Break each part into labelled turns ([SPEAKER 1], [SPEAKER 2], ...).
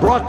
[SPEAKER 1] brought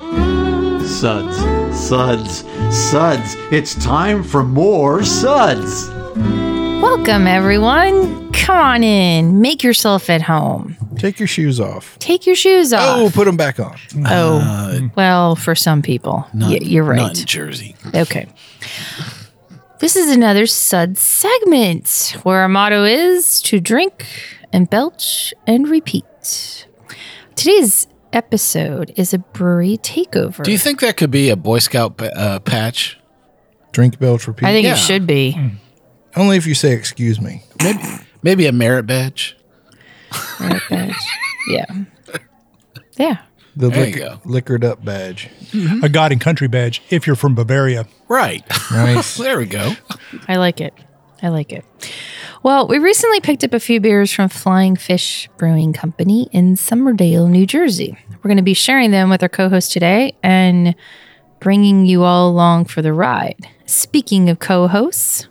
[SPEAKER 1] Suds, suds, suds. It's time for more suds.
[SPEAKER 2] Welcome, everyone. Come on in. Make yourself at home.
[SPEAKER 3] Take your shoes off.
[SPEAKER 2] Take your shoes
[SPEAKER 3] Oh,
[SPEAKER 4] Ah.
[SPEAKER 2] off.
[SPEAKER 3] put them back on.
[SPEAKER 2] Oh, well, for some people.
[SPEAKER 4] Not-
[SPEAKER 2] Y- you're
[SPEAKER 4] Not in
[SPEAKER 2] right.
[SPEAKER 4] Jersey.
[SPEAKER 2] Okay. This is another Sud segment where our motto is to drink and belch and repeat. Today's episode is a brewery takeover.
[SPEAKER 4] Do you think that could be a Boy Scout pa- uh, patch?
[SPEAKER 3] Drink, belch, repeat.
[SPEAKER 2] I think
[SPEAKER 4] Yeah.
[SPEAKER 2] it should be.
[SPEAKER 3] Only if you say excuse me.
[SPEAKER 4] Maybe, maybe a merit badge.
[SPEAKER 2] Right, guys? yeah. Yeah.
[SPEAKER 3] The
[SPEAKER 4] There you
[SPEAKER 3] liquor-
[SPEAKER 4] go.
[SPEAKER 3] liquored up badge.
[SPEAKER 5] a God and Country badge if you're from Bavaria.
[SPEAKER 4] Right.
[SPEAKER 3] Nice.
[SPEAKER 4] there we go.
[SPEAKER 2] I like it. I like it. Well, we recently picked up a few beers from Flying Fish Brewing Company in Somerdale, New Jersey. We're going to be sharing them with our co host today and bringing you all along for the ride. Speaking of co hosts,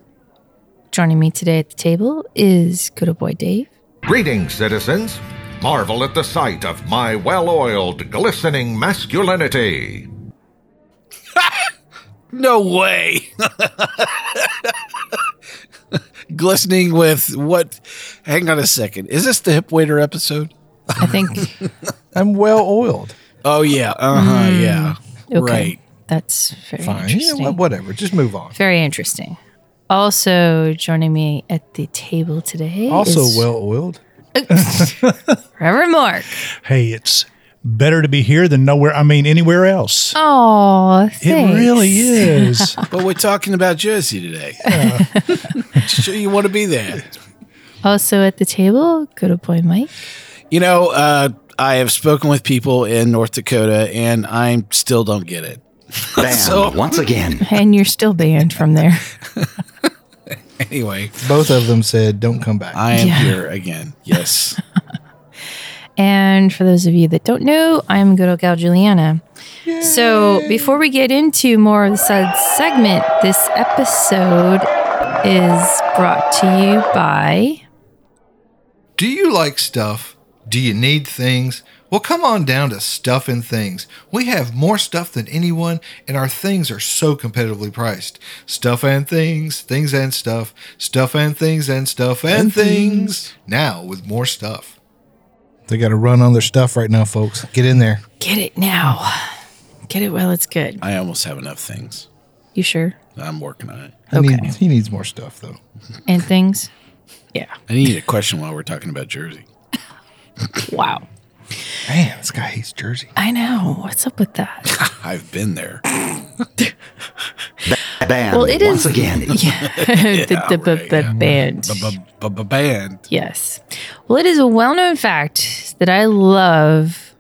[SPEAKER 2] joining me today at the table is good old boy Dave.
[SPEAKER 6] Greetings, citizens. Marvel at the sight of my well oiled, glistening masculinity.
[SPEAKER 4] No way. Glistening with what? Hang on a second. Is this the hip waiter episode?
[SPEAKER 2] I think,
[SPEAKER 3] I'm well oiled.
[SPEAKER 4] Oh yeah. Uh huh. Yeah.
[SPEAKER 2] okay.
[SPEAKER 4] Right.
[SPEAKER 2] That's very
[SPEAKER 3] Fine. You know
[SPEAKER 2] interesting.
[SPEAKER 3] what? Whatever. Just move on.
[SPEAKER 2] Very interesting. Also joining me at the table today
[SPEAKER 3] Also
[SPEAKER 2] is
[SPEAKER 3] well oiled.
[SPEAKER 2] Reverend Mark.
[SPEAKER 5] Hey, it's better to be here than nowhere. I mean, anywhere else.
[SPEAKER 2] Oh,
[SPEAKER 5] It really is.
[SPEAKER 4] But we're talking about Jersey today. sure, you want to be there.
[SPEAKER 2] Also at the table, good old boy Mike.
[SPEAKER 4] You know, uh, I have spoken with people in North Dakota, and I still don't get it.
[SPEAKER 1] Bam,
[SPEAKER 4] So-
[SPEAKER 1] once again.
[SPEAKER 2] And you're still banned from there.
[SPEAKER 4] Anyway,
[SPEAKER 3] Both of them said, don't come back.
[SPEAKER 4] I am
[SPEAKER 2] Yeah.
[SPEAKER 4] here again. Yes.
[SPEAKER 2] And for those of you that don't know, I'm good old gal Juliana. So before we get into more of the sud segment, this episode is brought to you by
[SPEAKER 7] Do you like stuff? Do you need things? Well, come on down to Stuff and Things. We have more stuff than anyone, and our things are so competitively priced. Stuff and Things, Things and Stuff, Stuff and Things and Stuff and, things. Now with more stuff.
[SPEAKER 3] They got to run on their stuff right now, folks. Get in there.
[SPEAKER 2] Get It Now. Get it while it's good.
[SPEAKER 4] I almost have enough things.
[SPEAKER 2] You sure?
[SPEAKER 4] I'm working on it.
[SPEAKER 3] He,
[SPEAKER 2] Okay.
[SPEAKER 3] needs, he needs more stuff, though.
[SPEAKER 2] And things? Yeah.
[SPEAKER 4] I need a question while we're talking about Jersey.
[SPEAKER 2] Wow.
[SPEAKER 3] Man, this guy hates Jersey.
[SPEAKER 2] I know. What's up with that?
[SPEAKER 4] I've been there.
[SPEAKER 1] Bam,
[SPEAKER 2] Well, it
[SPEAKER 1] once
[SPEAKER 2] is-
[SPEAKER 1] again.
[SPEAKER 2] the the, the, the band.
[SPEAKER 4] Band.
[SPEAKER 2] Yes. Well, it is a well known fact that I love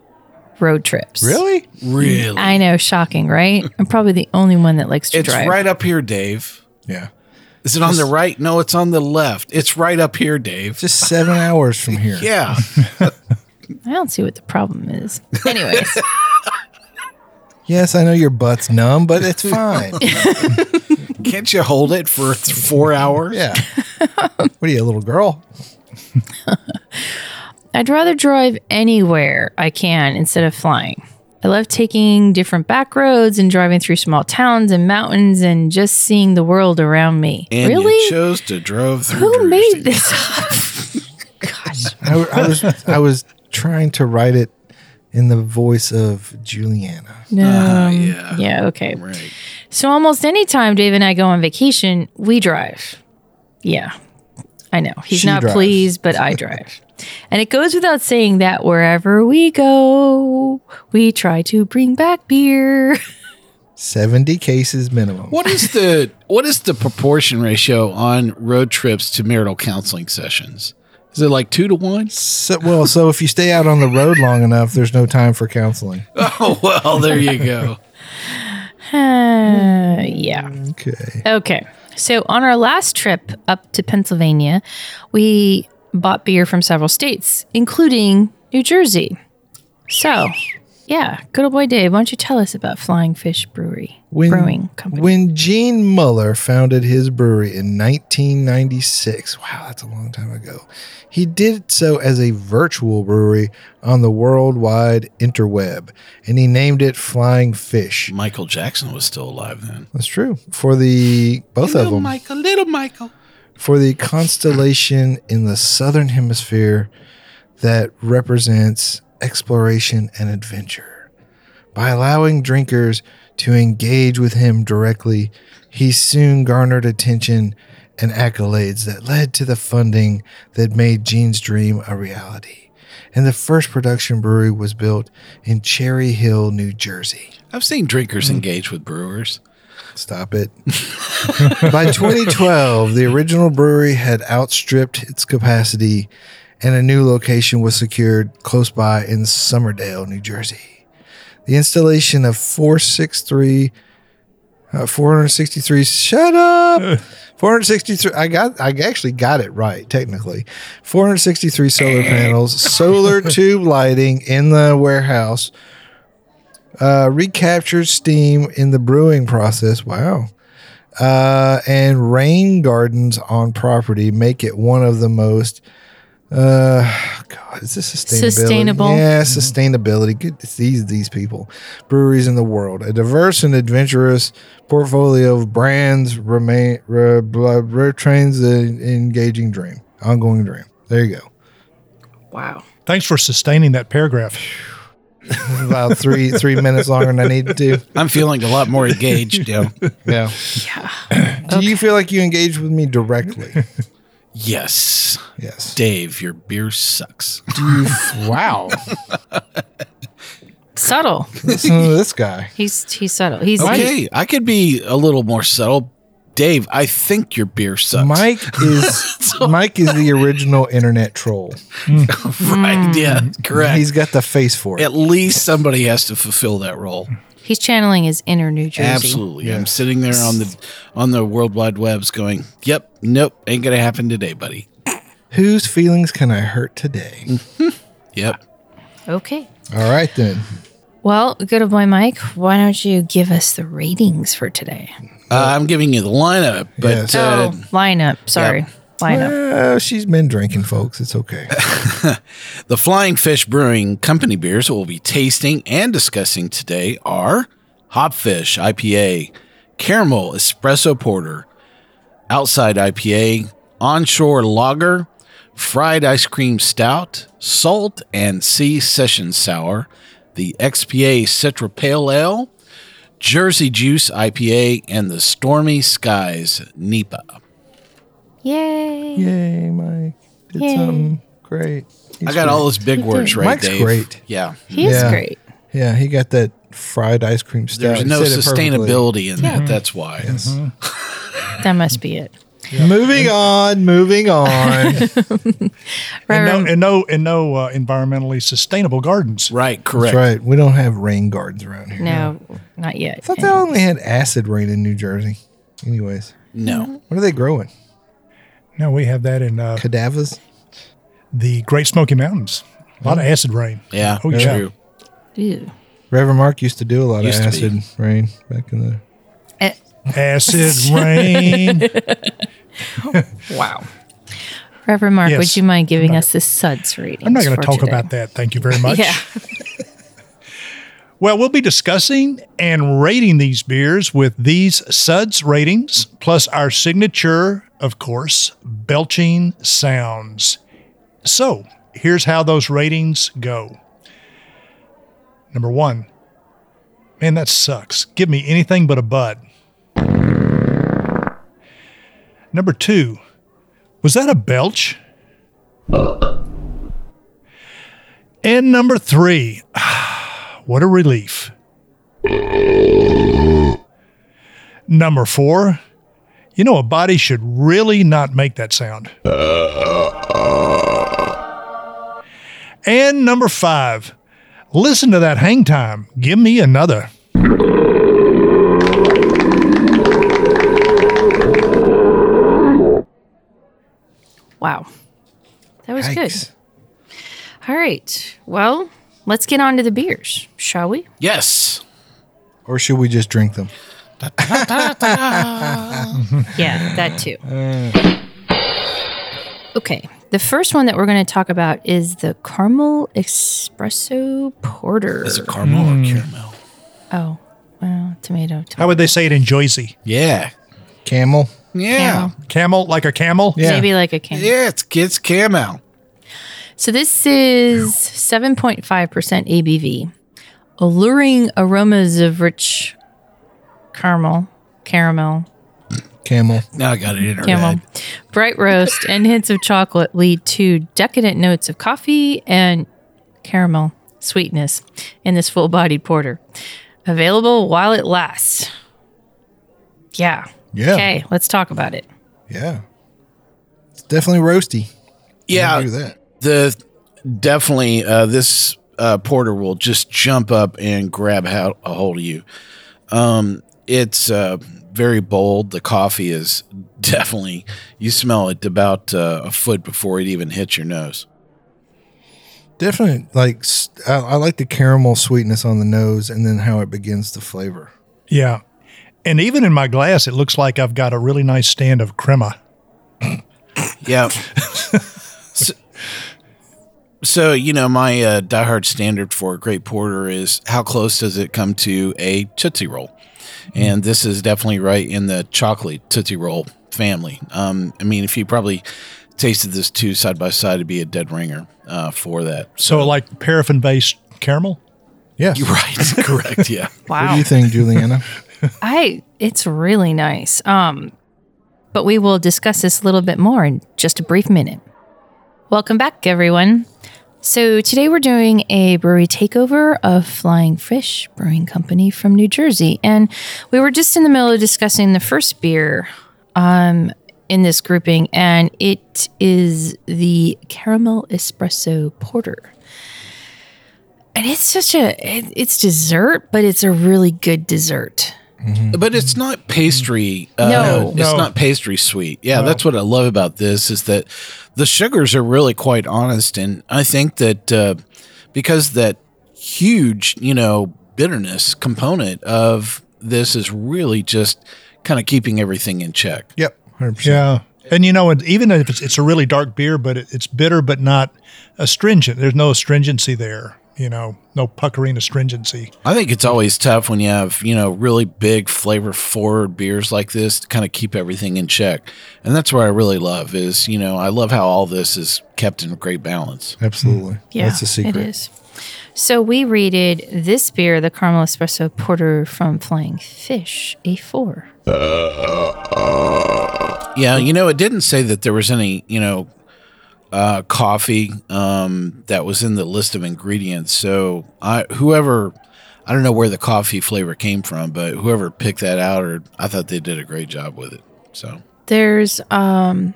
[SPEAKER 2] road trips.
[SPEAKER 3] Really?
[SPEAKER 4] Really?
[SPEAKER 2] I know, shocking, right? I'm probably the only one that likes to
[SPEAKER 4] it's
[SPEAKER 2] drive.
[SPEAKER 4] right up here, Dave.
[SPEAKER 3] Yeah.
[SPEAKER 4] Is it on the right? No, it's on the left. It's right up here, Dave.
[SPEAKER 3] Just seven hours from here.
[SPEAKER 4] Yeah.
[SPEAKER 2] I don't see what the problem is. Anyways,
[SPEAKER 3] Yes, I know your butt's numb, but it's fine.
[SPEAKER 4] Can't you hold it for th- four hours?
[SPEAKER 3] yeah. What are you, a little girl?
[SPEAKER 2] I'd rather drive anywhere I can instead of flying. I love taking different back roads and driving through small towns and mountains and just seeing the world around me.
[SPEAKER 4] And you
[SPEAKER 2] really?
[SPEAKER 4] chose to drove through.
[SPEAKER 2] Who made
[SPEAKER 4] Jersey.
[SPEAKER 2] this up? Gosh.
[SPEAKER 3] I, I was I was trying to write it in the voice of Juliana.
[SPEAKER 2] No. Um,
[SPEAKER 4] yeah.
[SPEAKER 2] Yeah, okay.
[SPEAKER 4] Right.
[SPEAKER 2] So almost any time Dave and I go on vacation, we drive. Yeah, I know. He's
[SPEAKER 3] She
[SPEAKER 2] not
[SPEAKER 3] drives.
[SPEAKER 2] pleased, but I drive. and it goes without saying that wherever we go, we try to bring back beer.
[SPEAKER 3] Seventy cases minimum.
[SPEAKER 4] What is the what is the proportion ratio on road trips to marital counseling sessions? Is Is it like two to one?
[SPEAKER 3] So, well, so if you stay out on the road long enough, there's no time for counseling.
[SPEAKER 4] Oh well, there you go.
[SPEAKER 2] Uh, yeah.
[SPEAKER 3] Okay.
[SPEAKER 2] Okay. So on our last trip up to Pennsylvania, we bought beer from several states, including New Jersey. So, yeah, good old boy Dave, why don't you tell us about Flying Fish Brewery Brewing Company?
[SPEAKER 3] When Gene Muller founded his brewery in 1996, wow, that's a long time ago, he did so as a virtual brewery on the worldwide interweb, and he named it Flying Fish.
[SPEAKER 4] Michael Jackson was still alive then.
[SPEAKER 3] That's true. For the both of them,
[SPEAKER 4] Michael, little Michael.
[SPEAKER 3] for the constellation in the southern hemisphere that represents exploration and adventure. By allowing drinkers to engage with him directly, he soon garnered attention and accolades that led to the funding that made Gene's dream a reality. And the first production brewery was built in Cherry Hill, New Jersey.
[SPEAKER 4] I've seen
[SPEAKER 3] Mm.
[SPEAKER 4] drinkers engage with brewers.
[SPEAKER 3] Stop it. By 2012, the original brewery had outstripped its capacity and a new location was secured close by in Somerdale, New Jersey. The installation of 463 uh, 463 shut up 463 I got I actually got it right technically 463 solar panels solar tube lighting in the warehouse uh, recaptured steam in the brewing process. Wow. Uh, and rain gardens on property make it one of the most. Uh, God, is this sustainability?
[SPEAKER 2] Sustainable.
[SPEAKER 3] Yeah, sustainability. Good to see these people. Breweries in the world. A diverse and adventurous portfolio of brands remain re, blah, trains an engaging dream, ongoing dream. There you go.
[SPEAKER 2] wow.
[SPEAKER 5] Thanks for sustaining that paragraph.
[SPEAKER 3] About three three minutes longer than I needed to.
[SPEAKER 4] I'm feeling a lot more engaged now.
[SPEAKER 3] Yeah.
[SPEAKER 2] Yeah.
[SPEAKER 3] Do you feel like you engage with me directly?
[SPEAKER 4] Yes.
[SPEAKER 3] Yes.
[SPEAKER 4] Dave, your beer sucks.
[SPEAKER 3] Wow.
[SPEAKER 2] Subtle.
[SPEAKER 3] Listen to this guy.
[SPEAKER 2] He's he's subtle. He's
[SPEAKER 4] Okay, I could be a little more subtle. Dave, I think your beer sucks.
[SPEAKER 3] Mike is Mike is the original internet troll.
[SPEAKER 4] right, yeah, correct.
[SPEAKER 3] Mm. He's got the face for it.
[SPEAKER 4] At least somebody has to fulfill that role.
[SPEAKER 2] he's channeling his inner New Jersey.
[SPEAKER 4] Absolutely. I'm sitting there on the on the World Wide Web's going, Yep, nope, ain't gonna happen today, buddy.
[SPEAKER 3] Whose feelings can I hurt today?
[SPEAKER 4] Mm. Yep.
[SPEAKER 2] Okay.
[SPEAKER 3] All right then.
[SPEAKER 2] Well, good old boy Mike, why don't you give us the ratings for today?
[SPEAKER 4] Uh, I'm giving you the lineup, but
[SPEAKER 3] Yes.
[SPEAKER 4] uh,
[SPEAKER 2] oh, lineup. Sorry. Lineup.
[SPEAKER 3] Uh, she's been drinking, folks. It's okay.
[SPEAKER 4] The Flying Fish Brewing Company beers that we'll be tasting and discussing today are Hopfish IPA, Caramel Espresso Porter, Outside IPA, Onshore Lager, Fried Ice Cream Stout, Salt and Sea Session Sour, the XPA Citra Pale Ale, Jersey Juice IPA, and the Stormy Skies E NEPA.
[SPEAKER 2] Yay.
[SPEAKER 3] Yay, Mike. Did
[SPEAKER 2] Yay.
[SPEAKER 3] something great.
[SPEAKER 4] I got all those big words right,
[SPEAKER 3] Mike's
[SPEAKER 4] Dave.
[SPEAKER 3] great.
[SPEAKER 4] Yeah.
[SPEAKER 2] He is
[SPEAKER 3] Yeah.
[SPEAKER 2] great.
[SPEAKER 3] Yeah, he got that fried ice cream stout.
[SPEAKER 4] There's
[SPEAKER 3] He
[SPEAKER 4] no
[SPEAKER 3] said it perfectly. Mm-hmm.
[SPEAKER 4] sustainability in that. That's why.
[SPEAKER 2] That must be it.
[SPEAKER 3] Moving on, moving on.
[SPEAKER 5] And no,
[SPEAKER 2] Right,
[SPEAKER 5] and no, and no uh, environmentally sustainable gardens.
[SPEAKER 4] Right, correct.
[SPEAKER 3] That's right. We don't have rain gardens around here.
[SPEAKER 2] No, not yet.
[SPEAKER 3] I thought they only had acid rain in New Jersey. Anyways,
[SPEAKER 4] No.
[SPEAKER 3] what are they growing?
[SPEAKER 5] No, we have that in uh,
[SPEAKER 3] Cadavers?
[SPEAKER 5] the Great Smoky Mountains. A lot of acid rain.
[SPEAKER 4] Yeah,
[SPEAKER 5] Oh, yeah.
[SPEAKER 4] true.
[SPEAKER 2] Ew.
[SPEAKER 3] Reverend Mark used to do a lot
[SPEAKER 4] Used
[SPEAKER 3] of
[SPEAKER 4] to be.
[SPEAKER 3] acid rain back in the.
[SPEAKER 2] Eh,
[SPEAKER 5] Acid rain.
[SPEAKER 2] wow. Reverend Mark, would
[SPEAKER 5] Yes.
[SPEAKER 2] you mind giving us the suds ratings?
[SPEAKER 5] I'm not going
[SPEAKER 2] for
[SPEAKER 5] to talk
[SPEAKER 2] today?
[SPEAKER 5] about that. Thank you very much.
[SPEAKER 2] Yeah.
[SPEAKER 5] Well, we'll be discussing and rating these beers with these suds ratings, plus our signature, of course, belching sounds. So here's how those ratings go. Number one, man, that sucks. Give me anything but a bud. Number two, was that a belch? And number three, what a relief. Number four, you know, a body should really not make that sound. And number five, listen to that hang time. Give me another.
[SPEAKER 2] Wow. That was
[SPEAKER 7] Yikes.
[SPEAKER 2] good. All right. Well, let's get on to the beers, shall we?
[SPEAKER 4] Yes.
[SPEAKER 7] Or should we just drink them?
[SPEAKER 2] Yeah, that too.
[SPEAKER 5] Uh.
[SPEAKER 2] Okay. The first one that we're going to talk about is the Caramel Espresso Porter.
[SPEAKER 4] Is it caramel or caramel?
[SPEAKER 2] oh, well, tomato, tomato.
[SPEAKER 5] How would they say it in Jersey?
[SPEAKER 4] Yeah.
[SPEAKER 7] Camel.
[SPEAKER 4] Yeah.
[SPEAKER 5] Camel, like a camel?
[SPEAKER 7] Yeah.
[SPEAKER 2] Maybe like a can.
[SPEAKER 4] Yeah, it's it's caramel.
[SPEAKER 2] So this is 7.5% ABV. Alluring aromas of rich caramel, caramel,
[SPEAKER 7] Camel.
[SPEAKER 4] Now I got it in her
[SPEAKER 2] Camel.
[SPEAKER 4] head.
[SPEAKER 2] Bright roast and hints of chocolate lead to decadent notes of coffee and caramel sweetness in this full bodied porter. Available while it lasts. Yeah.
[SPEAKER 7] Yeah.
[SPEAKER 2] Okay, let's talk about it.
[SPEAKER 7] Yeah. It's definitely roasty.
[SPEAKER 4] Yeah.
[SPEAKER 7] Do that.
[SPEAKER 4] the definitely uh, this uh, porter will just jump up and grab ho- a hold of you. Um, it's uh, very bold. The coffee is definitely you smell it about uh, a foot before it even hits your nose.
[SPEAKER 7] Definitely. Like s- I, I like the caramel sweetness on the nose, and then how it begins to flavor.
[SPEAKER 5] Yeah. And even in my glass, it looks like I've got a really nice stand of crema.
[SPEAKER 4] Yeah. so, so, you know, my uh, diehard standard for a great porter is how close does it come to a Tootsie Roll? And this is definitely right in the chocolate Tootsie Roll family. Um, I mean, if you probably tasted this two side by side, it'd be a dead ringer uh, for that.
[SPEAKER 5] So, like paraffin based caramel?
[SPEAKER 7] Yes.
[SPEAKER 4] You're right. Correct. Yeah.
[SPEAKER 7] What do
[SPEAKER 2] Wow.
[SPEAKER 7] you think, Juliana?
[SPEAKER 2] I it's really nice. Um but we will discuss this a little bit more in just a brief minute. Welcome back everyone. So today we're doing a brewery takeover of Flying Fish Brewing Company from New Jersey and we were just in the middle of discussing the first beer um in this grouping and it is the caramel espresso porter. And it's such a it- it's dessert, but it's a really good dessert.
[SPEAKER 4] But it's not pastry. Uh,
[SPEAKER 2] No.
[SPEAKER 4] it's
[SPEAKER 5] No.
[SPEAKER 4] not pastry sweet. Yeah, that's what I love about this is that the sugars are really quite honest, and I think that uh, because that huge, you know, bitterness component of this is really just kind of keeping everything in check.
[SPEAKER 7] yep. 100%.
[SPEAKER 5] Yeah. And you know, and even if it's, it's a really dark beer, but it, it's bitter, but not astringent. There's no astringency there, you know, no puckering astringency.
[SPEAKER 4] I think it's always tough when you have, you know, really big flavor forward beers like this to kind of keep everything in check. And that's what I really love is, you know, I love how all this is kept in great balance.
[SPEAKER 7] Absolutely.
[SPEAKER 2] Yeah,
[SPEAKER 7] That's a secret.
[SPEAKER 2] It is. So we rated this beer, the Caramel Espresso Porter from Flying Fish, a four.
[SPEAKER 4] Yeah, you know, it didn't say that there was any, you know, uh, coffee um, that was in the list of ingredients. So, I whoever, I don't know where the coffee flavor came from, but whoever picked that out, or I thought they did a great job with it. So,
[SPEAKER 2] There's um,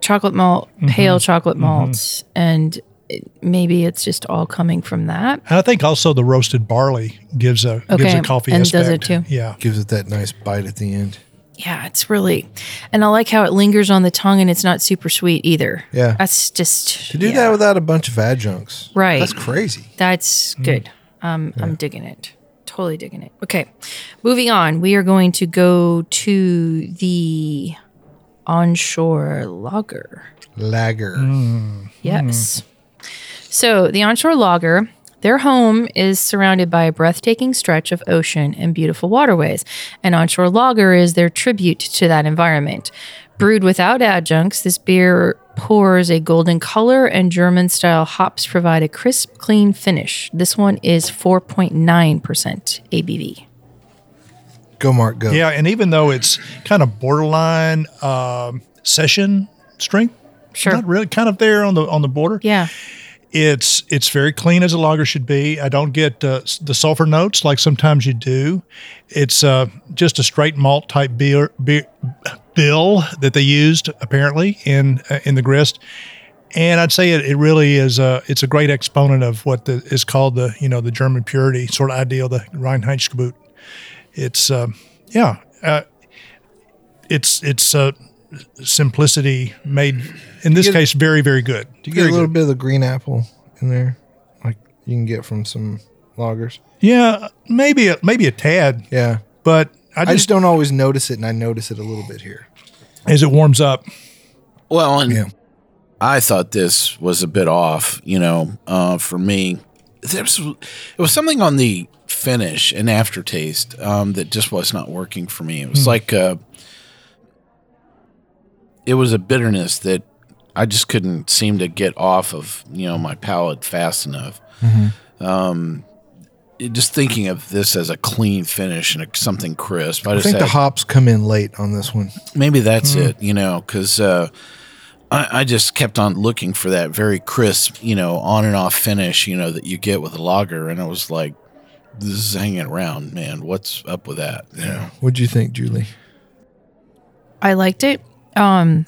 [SPEAKER 2] chocolate malt,
[SPEAKER 7] Mm-hmm.
[SPEAKER 2] pale chocolate malts, and it, maybe it's just all coming from that.
[SPEAKER 5] And I think also the roasted barley gives a gives
[SPEAKER 2] Okay,
[SPEAKER 5] a coffee
[SPEAKER 2] and does
[SPEAKER 5] aspect.
[SPEAKER 2] it too.
[SPEAKER 5] Yeah.
[SPEAKER 7] Gives it that nice bite at the end.
[SPEAKER 2] Yeah, it's really, and I like how it lingers on the tongue, and it's not super sweet either.
[SPEAKER 7] Yeah.
[SPEAKER 2] that's just
[SPEAKER 7] To do
[SPEAKER 2] yeah.
[SPEAKER 7] that without a bunch of adjuncts.
[SPEAKER 2] Right.
[SPEAKER 7] That's crazy.
[SPEAKER 2] That's good. Um, I'm digging it. Totally digging it. Okay, moving on. We are going to go to the onshore lager.
[SPEAKER 7] Lager.
[SPEAKER 5] Mm.
[SPEAKER 2] Yes. So the onshore lager, their home is surrounded by a breathtaking stretch of ocean and beautiful waterways. And onshore lager is their tribute to that environment. Brewed without adjuncts, this beer pours a golden color, and German style hops provide a crisp, clean finish. This one is 4.9% ABV.
[SPEAKER 7] Go, Mark. Go.
[SPEAKER 5] Yeah. And even though it's kind of borderline um, session strength,
[SPEAKER 2] Sure.
[SPEAKER 5] not really kind of there on the on the border.
[SPEAKER 2] Yeah.
[SPEAKER 5] It's it's very clean as a lager should be. I don't get uh, s- the sulfur notes like sometimes you do. It's uh, just a straight malt type beer, beer bill that they used apparently in uh, in the grist, and I'd say it, it really is a it's a great exponent of what the, is called the you know the German purity sort of ideal, the Reinheitsgebot. It's um yeah, uh, it's it's uh, simplicity made in this
[SPEAKER 7] Get-
[SPEAKER 5] case very very good.
[SPEAKER 7] Do you
[SPEAKER 3] Get a
[SPEAKER 7] get
[SPEAKER 3] little bit of the green apple in there, like you can get from some loggers.
[SPEAKER 5] Yeah, maybe a, maybe a tad,
[SPEAKER 3] Yeah,
[SPEAKER 5] but I
[SPEAKER 3] I just
[SPEAKER 5] just,
[SPEAKER 3] don't always notice it, and I notice it a little bit here.
[SPEAKER 5] as it warms up.
[SPEAKER 4] Well, and
[SPEAKER 3] Yeah.
[SPEAKER 4] I thought this was a bit off, you know, uh, for me. There's, it was something on the finish and aftertaste um, that just was not working for me. It
[SPEAKER 3] Hmm.
[SPEAKER 4] was like uh it was a bitterness that I just couldn't seem to get off of, you know, my palate fast enough.
[SPEAKER 3] Mm-hmm.
[SPEAKER 4] Um, it- just thinking of this as a clean finish and a, something crisp. I
[SPEAKER 3] I
[SPEAKER 4] just
[SPEAKER 3] think the
[SPEAKER 4] had-
[SPEAKER 3] hops come in late on this one.
[SPEAKER 4] maybe
[SPEAKER 3] Hmm.
[SPEAKER 4] that's it, you know, because uh, I, I just kept on looking for that very crisp, you know, on and off finish, you know, that you get with a lager, and I was like, this is hanging around, man. What's up with that? You know?
[SPEAKER 3] What'd you think, Julie?
[SPEAKER 2] I liked it. Um,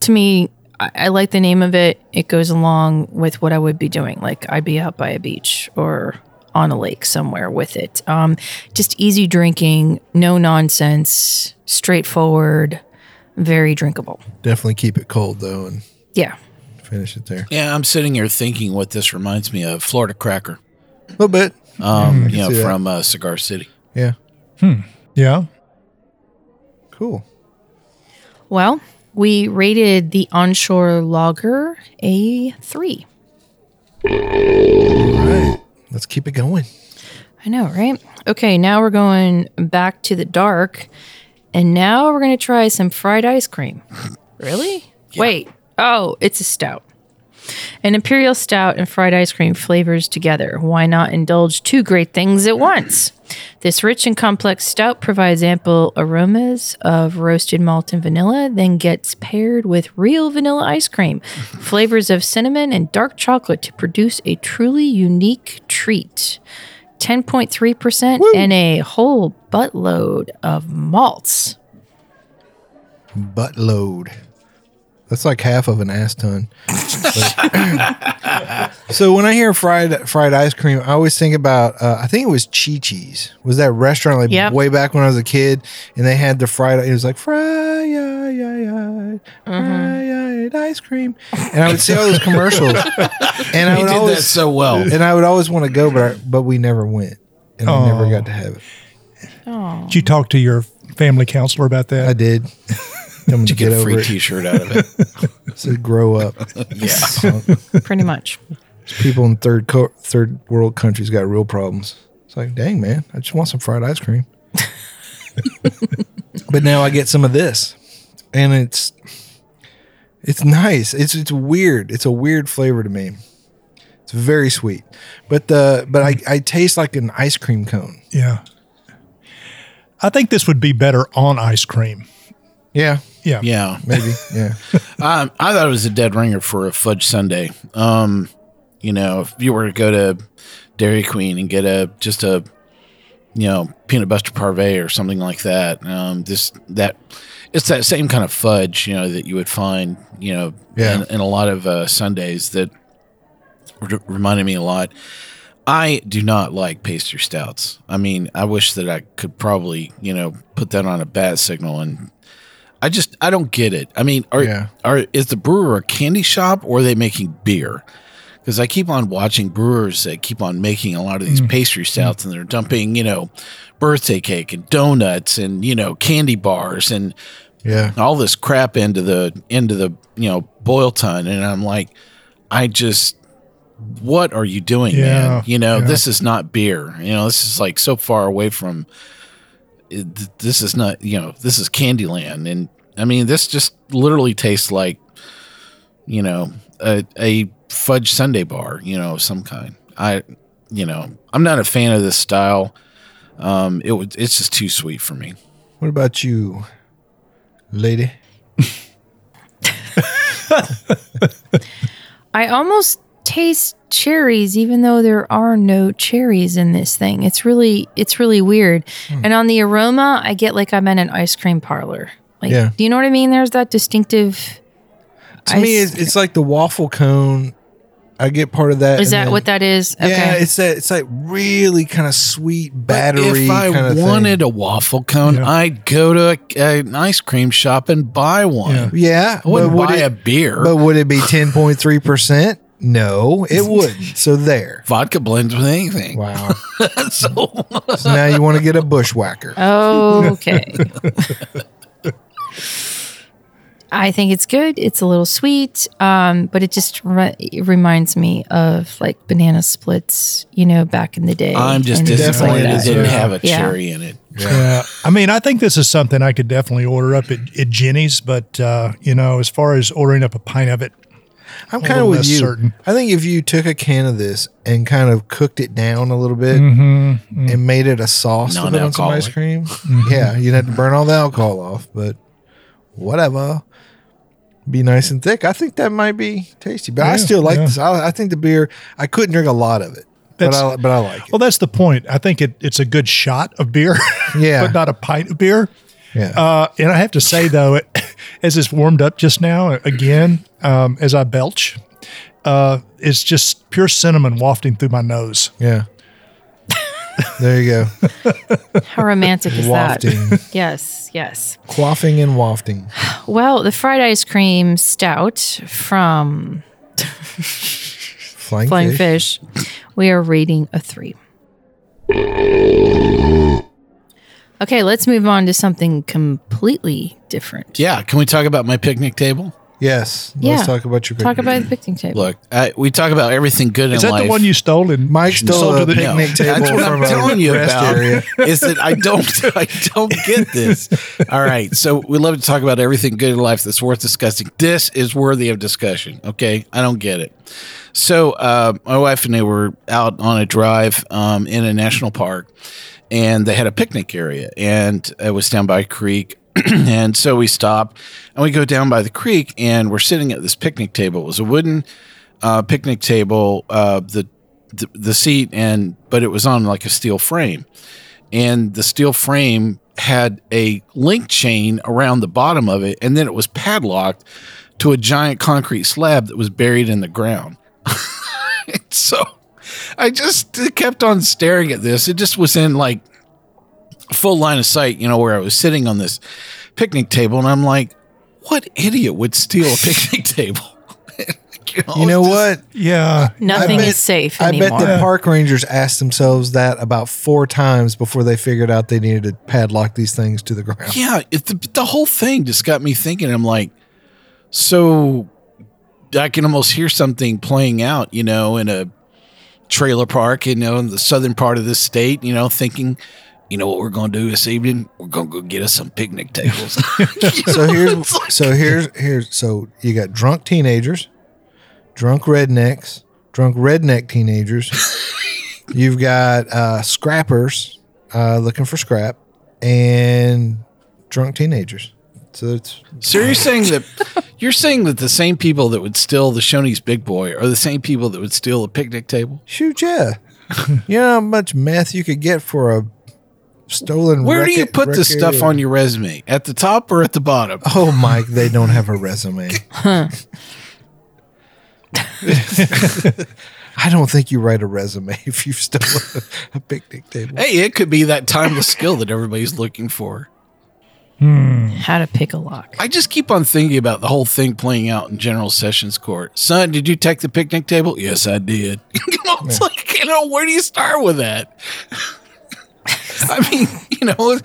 [SPEAKER 2] to me, I, I like the name of it. It goes along with what I would be doing. Like I'd be out by a beach or on a lake somewhere with it. Um, just easy drinking, no nonsense, straightforward, very drinkable.
[SPEAKER 3] Definitely keep it cold though, and
[SPEAKER 2] Yeah.
[SPEAKER 3] finish it there.
[SPEAKER 4] Yeah, I'm sitting here thinking what this reminds me of Florida Cracker,
[SPEAKER 3] A little bit.
[SPEAKER 4] um, you know,
[SPEAKER 3] Hmm, see that.
[SPEAKER 4] from uh, Cigar City.
[SPEAKER 3] Yeah.
[SPEAKER 5] Yeah,
[SPEAKER 3] Cool.
[SPEAKER 2] Well, we rated the onshore lager a three.
[SPEAKER 3] All right. Let's keep it going.
[SPEAKER 2] I know, right? Okay, now we're going back to the dark, and now we're gonna try some fried ice cream. Really? Wait. Oh, it's a stout. An imperial stout and fried ice cream flavors together. Why not indulge two great things at once? This rich and complex stout provides ample aromas of roasted malt and vanilla, then gets paired with real vanilla ice cream, flavors of cinnamon and dark chocolate to produce a truly unique treat. 10.3% and a whole buttload of malts.
[SPEAKER 3] Butt load. That's like half of an ass ton. But- so when I hear fried fried ice cream, I always think about uh, I think it was Chi Chi's. Was that restaurant like
[SPEAKER 2] Yep.
[SPEAKER 3] way back when I was a kid? And they had the fried. It was like fried, fried, fried ice cream. And I would see all those commercials, and I
[SPEAKER 4] He
[SPEAKER 3] would
[SPEAKER 4] did
[SPEAKER 3] always
[SPEAKER 4] that so well.
[SPEAKER 3] and I would always want to go, but I, but we never went, and I never
[SPEAKER 5] Oh.
[SPEAKER 3] got to have it.
[SPEAKER 2] Oh.
[SPEAKER 5] did you talk to your family counselor about that?
[SPEAKER 3] I did. I'm gonna
[SPEAKER 4] To
[SPEAKER 3] get
[SPEAKER 4] get a
[SPEAKER 3] over
[SPEAKER 4] free
[SPEAKER 3] it.
[SPEAKER 4] T-shirt out of it.
[SPEAKER 3] So grow up.
[SPEAKER 4] yeah,
[SPEAKER 2] Pretty much.
[SPEAKER 3] People in third co- third world countries got real problems. It's like, dang man, I just want some fried ice cream. but now I get some of this, and it's it's nice. It's it's weird. It's a weird flavor to me. It's very sweet, but the but I, I taste like an ice cream cone.
[SPEAKER 5] Yeah, I think this would be better on ice cream.
[SPEAKER 3] Yeah,
[SPEAKER 5] Yeah,
[SPEAKER 4] yeah.
[SPEAKER 3] maybe. Yeah,
[SPEAKER 4] Um, I thought it was a dead ringer for a fudge sundae. Um, you know, if you were to go to Dairy Queen and get a just a you know peanut butter parfait or something like that, um, this that it's that same kind of fudge you know that you would find you know
[SPEAKER 3] Yeah.
[SPEAKER 4] in, in a lot of uh, sundaes that re- reminded me a lot. I do not like pastry stouts. I mean, I wish that I could probably you know put that on a bat signal and. I just I don't get it. I mean, are
[SPEAKER 3] Yeah.
[SPEAKER 4] are is the brewer a candy shop or are they making beer? Because I keep on watching brewers that keep on making a lot of these pastry stouts and they're dumping, you know, birthday cake and donuts and, you know, candy bars and
[SPEAKER 3] yeah.
[SPEAKER 4] all this crap into the into the, you know, boil ton. And I'm like, I just what are you doing,
[SPEAKER 5] Yeah,
[SPEAKER 4] man? You know, this is not beer. You know, this is like so far away from it- th- this is not, you know, this is Candyland. And I mean, this just literally tastes like, you know, a, a fudge Sunday bar, you know, of some kind. I, you know, I'm not a fan of this style. Um, it was, it's just too sweet for me.
[SPEAKER 3] What about you, lady?
[SPEAKER 2] I almost taste cherries even though there are no cherries in this thing. It's really it's really weird.
[SPEAKER 3] Hmm.
[SPEAKER 2] And on the aroma, I get like I'm in an ice cream parlor. Like
[SPEAKER 3] Yeah.
[SPEAKER 2] do you know what I mean? There's that distinctive
[SPEAKER 3] To me, it's, it's like the waffle cone. I get part of that.
[SPEAKER 2] is
[SPEAKER 3] and
[SPEAKER 2] that
[SPEAKER 3] then-
[SPEAKER 2] what that is?
[SPEAKER 3] Yeah,
[SPEAKER 2] Okay.
[SPEAKER 3] it's that. It's like really kind of sweet battery.
[SPEAKER 4] If
[SPEAKER 3] kind
[SPEAKER 4] I
[SPEAKER 3] of
[SPEAKER 4] wanted a waffle cone, I'd go to a, a- an ice cream shop and buy one.
[SPEAKER 5] Yeah.
[SPEAKER 3] thing. yeah,
[SPEAKER 4] I wouldn't
[SPEAKER 3] but would
[SPEAKER 4] buy
[SPEAKER 3] it,
[SPEAKER 4] a beer.
[SPEAKER 3] But would it be ten point three percent? No, it wouldn't. So there.
[SPEAKER 4] Vodka blends with anything.
[SPEAKER 3] Wow.
[SPEAKER 4] so
[SPEAKER 3] So now you want to get a bushwhacker.
[SPEAKER 2] okay. I think it's good. It's a little sweet, um, but it just re- it reminds me of like banana splits, you know, back in the day.
[SPEAKER 4] I'm just
[SPEAKER 2] and things like
[SPEAKER 4] disappointed
[SPEAKER 2] that.
[SPEAKER 4] it didn't
[SPEAKER 3] Yeah.
[SPEAKER 4] have a
[SPEAKER 2] Yeah.
[SPEAKER 4] cherry in it.
[SPEAKER 5] Yeah. I mean, I think this is something I could definitely order up at, at Jenny's, but, uh, you know, as far as ordering up a pint of it,
[SPEAKER 3] I'm
[SPEAKER 5] a
[SPEAKER 3] kind of
[SPEAKER 5] little
[SPEAKER 3] with
[SPEAKER 5] less
[SPEAKER 3] you.
[SPEAKER 5] certain.
[SPEAKER 3] I think if you took a can of this and kind of cooked it down a little bit
[SPEAKER 5] Mm-hmm,
[SPEAKER 3] and made it a sauce to put on some ice
[SPEAKER 4] Non-alcoholic.
[SPEAKER 3] cream, yeah, you'd have to burn all the alcohol off, but whatever. Be nice and thick. I think that might be tasty, but I
[SPEAKER 5] Yeah,
[SPEAKER 3] still like
[SPEAKER 5] yeah.
[SPEAKER 3] this. I, I think the beer. I couldn't drink a lot of it, but
[SPEAKER 5] That's-
[SPEAKER 3] I, but I like it.
[SPEAKER 5] well, that's the point. I think it, it's a good shot of beer,
[SPEAKER 3] Yeah.
[SPEAKER 5] but not a pint of beer.
[SPEAKER 3] yeah,
[SPEAKER 5] Uh, and I have to say though, it, as it's warmed up just now, uh, again, um, as I belch, uh, it's just pure cinnamon wafting through my nose.
[SPEAKER 3] yeah. there you go.
[SPEAKER 2] How romantic is
[SPEAKER 3] Wafting.
[SPEAKER 2] that? Yes, yes.
[SPEAKER 3] Quaffing and wafting.
[SPEAKER 2] Well, the fried ice cream stout from
[SPEAKER 3] Flying,
[SPEAKER 2] Flying
[SPEAKER 3] fish.
[SPEAKER 2] Fish, we are rating a three. Okay, let's move on to something completely different.
[SPEAKER 4] Yeah. Can we talk about my picnic table?
[SPEAKER 3] Yes.
[SPEAKER 2] Yeah.
[SPEAKER 3] Let's talk about your
[SPEAKER 2] Talk
[SPEAKER 3] picnic.
[SPEAKER 2] about the picnic table.
[SPEAKER 4] Look, I, we talk about everything good in
[SPEAKER 5] Is that
[SPEAKER 4] life.
[SPEAKER 5] the one you stole? And
[SPEAKER 3] Mike stole
[SPEAKER 5] Sold
[SPEAKER 3] a
[SPEAKER 5] to the-
[SPEAKER 4] No,
[SPEAKER 3] picnic table
[SPEAKER 4] that's what
[SPEAKER 3] from
[SPEAKER 4] I'm telling
[SPEAKER 3] a
[SPEAKER 4] you
[SPEAKER 3] rest
[SPEAKER 4] about.
[SPEAKER 3] area.
[SPEAKER 4] Is that I don't I don't get this. All right, so we love to talk about everything good in life that's worth discussing. This is worthy of discussion. Okay, I don't get it. So uh, my wife and I were out on a drive um, in a national park, and they had a picnic area, and it was down by a creek. and so we stop and we go down by the creek and we're sitting at this picnic table. It was a wooden uh, picnic table, uh, the, the the seat, and but it was on like a steel frame, and the steel frame had a link chain around the bottom of it, and then it was padlocked to a giant concrete slab that was buried in the ground. And so I just kept on staring at this. It just was in like full line of sight, you know, where I was sitting on this picnic table, and I'm like, what idiot would steal a picnic table?
[SPEAKER 3] You know what?
[SPEAKER 5] yeah,
[SPEAKER 2] Nothing
[SPEAKER 3] bet-
[SPEAKER 2] is safe
[SPEAKER 3] I
[SPEAKER 2] anymore.
[SPEAKER 3] bet the park rangers asked themselves that about four times before they figured out they needed to padlock these things to the ground.
[SPEAKER 4] Yeah, it, the, the whole thing just got me thinking. I'm like, so I can almost hear something playing out, you know, in a trailer park, you know, in the southern part of the state, you know, thinking, you know what we're going to do this evening? We're going to go get us some picnic tables.
[SPEAKER 3] So here's so here's here's so you got drunk teenagers, drunk rednecks, drunk redneck teenagers. You've got uh, scrappers uh, looking for scrap, and drunk teenagers. So it's
[SPEAKER 4] so you're saying that you're saying that the same people that would steal the Shoney's Big Boy are the same people that would steal a picnic table?
[SPEAKER 3] shoot, yeah. you know how much meth you could get for a stolen.
[SPEAKER 4] Where do
[SPEAKER 3] wreck-
[SPEAKER 4] you put
[SPEAKER 3] wreck
[SPEAKER 4] this stuff
[SPEAKER 3] area?
[SPEAKER 4] on your resume? At the top or at the bottom?
[SPEAKER 3] Oh, Mike, they don't have a resume. I don't think you write a resume if you've stolen a picnic table.
[SPEAKER 4] Hey, it could be that timeless skill that everybody's looking for.
[SPEAKER 2] How to pick a lock.
[SPEAKER 4] I just keep on thinking about the whole thing playing out in General Sessions Court. Son, did you take the picnic table? Yes, I did. You know, it's like, you know, where do you start with that? I mean, you know,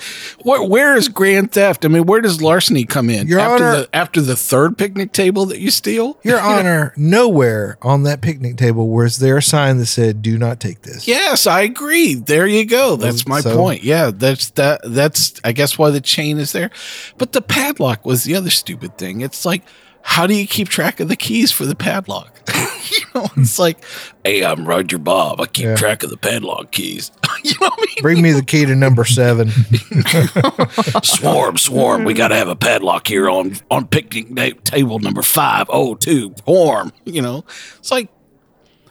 [SPEAKER 4] where, where is grand theft? I mean, where does larceny come in?
[SPEAKER 3] Your
[SPEAKER 4] after
[SPEAKER 3] Honor-
[SPEAKER 4] the after the third picnic table that you steal?
[SPEAKER 3] Your Honor, nowhere on that picnic table was there a sign that said, do not take this.
[SPEAKER 4] Yes, I agree. There you go. That's my
[SPEAKER 3] So-
[SPEAKER 4] point. Yeah, that's that. That's I guess why the chain is there, but the padlock was the other stupid thing. It's like, how do you keep track of the keys for the padlock? you know, it's like, hey, I'm Roger Bob. I keep
[SPEAKER 3] Hmm. Yeah.
[SPEAKER 4] track of the padlock keys. you know what I mean?
[SPEAKER 3] Bring me the key to number seven.
[SPEAKER 4] Swarm, swarm. We got to have a padlock here on on picnic na- table number five oh two. Swarm. You know, it's like.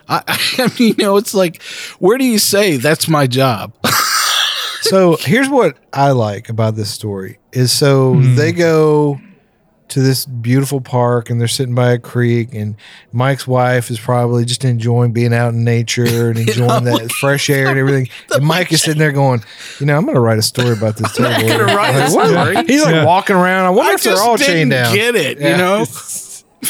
[SPEAKER 4] I, I mean, you know, it's like, where do you say that's my job? Hmm.
[SPEAKER 3] so here's what I like about this story is so they go to this beautiful park and they're sitting by a creek and Mike's wife is probably just enjoying being out in nature and
[SPEAKER 4] Oh
[SPEAKER 3] enjoying that fresh air and everything. And Mike is sitting there going, you know, I'm going to write a story about this table.
[SPEAKER 4] gonna write
[SPEAKER 3] Like,
[SPEAKER 4] a
[SPEAKER 3] what?
[SPEAKER 4] story.
[SPEAKER 3] He's like
[SPEAKER 5] Yeah.
[SPEAKER 3] walking around. I wonder
[SPEAKER 4] I
[SPEAKER 3] if they're
[SPEAKER 4] just
[SPEAKER 3] all
[SPEAKER 4] didn't
[SPEAKER 3] chained down.
[SPEAKER 4] get it, you
[SPEAKER 3] Yeah.
[SPEAKER 4] know?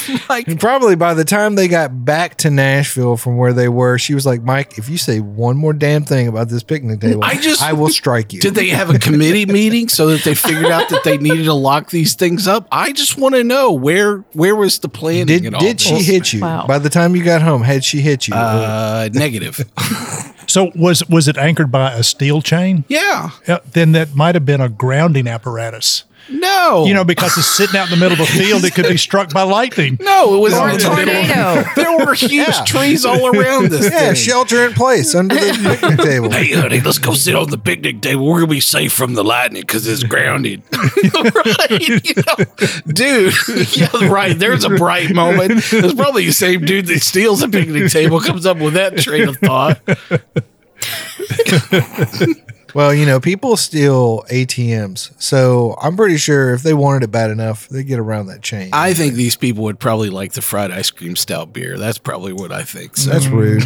[SPEAKER 4] like,
[SPEAKER 3] And probably by the time they got back to Nashville from where they were, she was like, Mike, if you say one more damn thing about this picnic table,
[SPEAKER 4] I just-
[SPEAKER 3] I will strike you.
[SPEAKER 4] did they have a committee meeting so that they figured out that they needed to lock these things up? I just want to know where where was the planning?
[SPEAKER 3] did,
[SPEAKER 4] and all
[SPEAKER 3] did she
[SPEAKER 4] this?
[SPEAKER 3] hit you?
[SPEAKER 2] Wow.
[SPEAKER 3] By the time you got home, had she hit you?
[SPEAKER 4] Uh, negative.
[SPEAKER 5] So was was it anchored by a steel chain?
[SPEAKER 4] yeah.
[SPEAKER 5] Yeah, then that might have been a grounding apparatus.
[SPEAKER 4] No.
[SPEAKER 5] You know, because it's sitting out in the middle of a field, it could be struck by lightning.
[SPEAKER 4] No, it was
[SPEAKER 2] Or
[SPEAKER 4] in
[SPEAKER 2] a
[SPEAKER 4] the middle.
[SPEAKER 2] tornado.
[SPEAKER 4] There were huge trees all around this
[SPEAKER 3] yeah,
[SPEAKER 4] thing.
[SPEAKER 3] shelter in place under the picnic table.
[SPEAKER 4] Hey, honey, let's go sit on the picnic table. We're gonna be safe from the lightning because it's grounded. right? You know? Dude, yeah, right. There's a bright moment. There's probably the same dude that steals the picnic table comes up with that train of thought.
[SPEAKER 3] Well, you know, people steal ATMs. So I'm pretty sure if they wanted it bad enough, they get around that chain.
[SPEAKER 4] I think these people would probably like the fried ice cream stout beer. That's probably what I think. So
[SPEAKER 3] That's rude.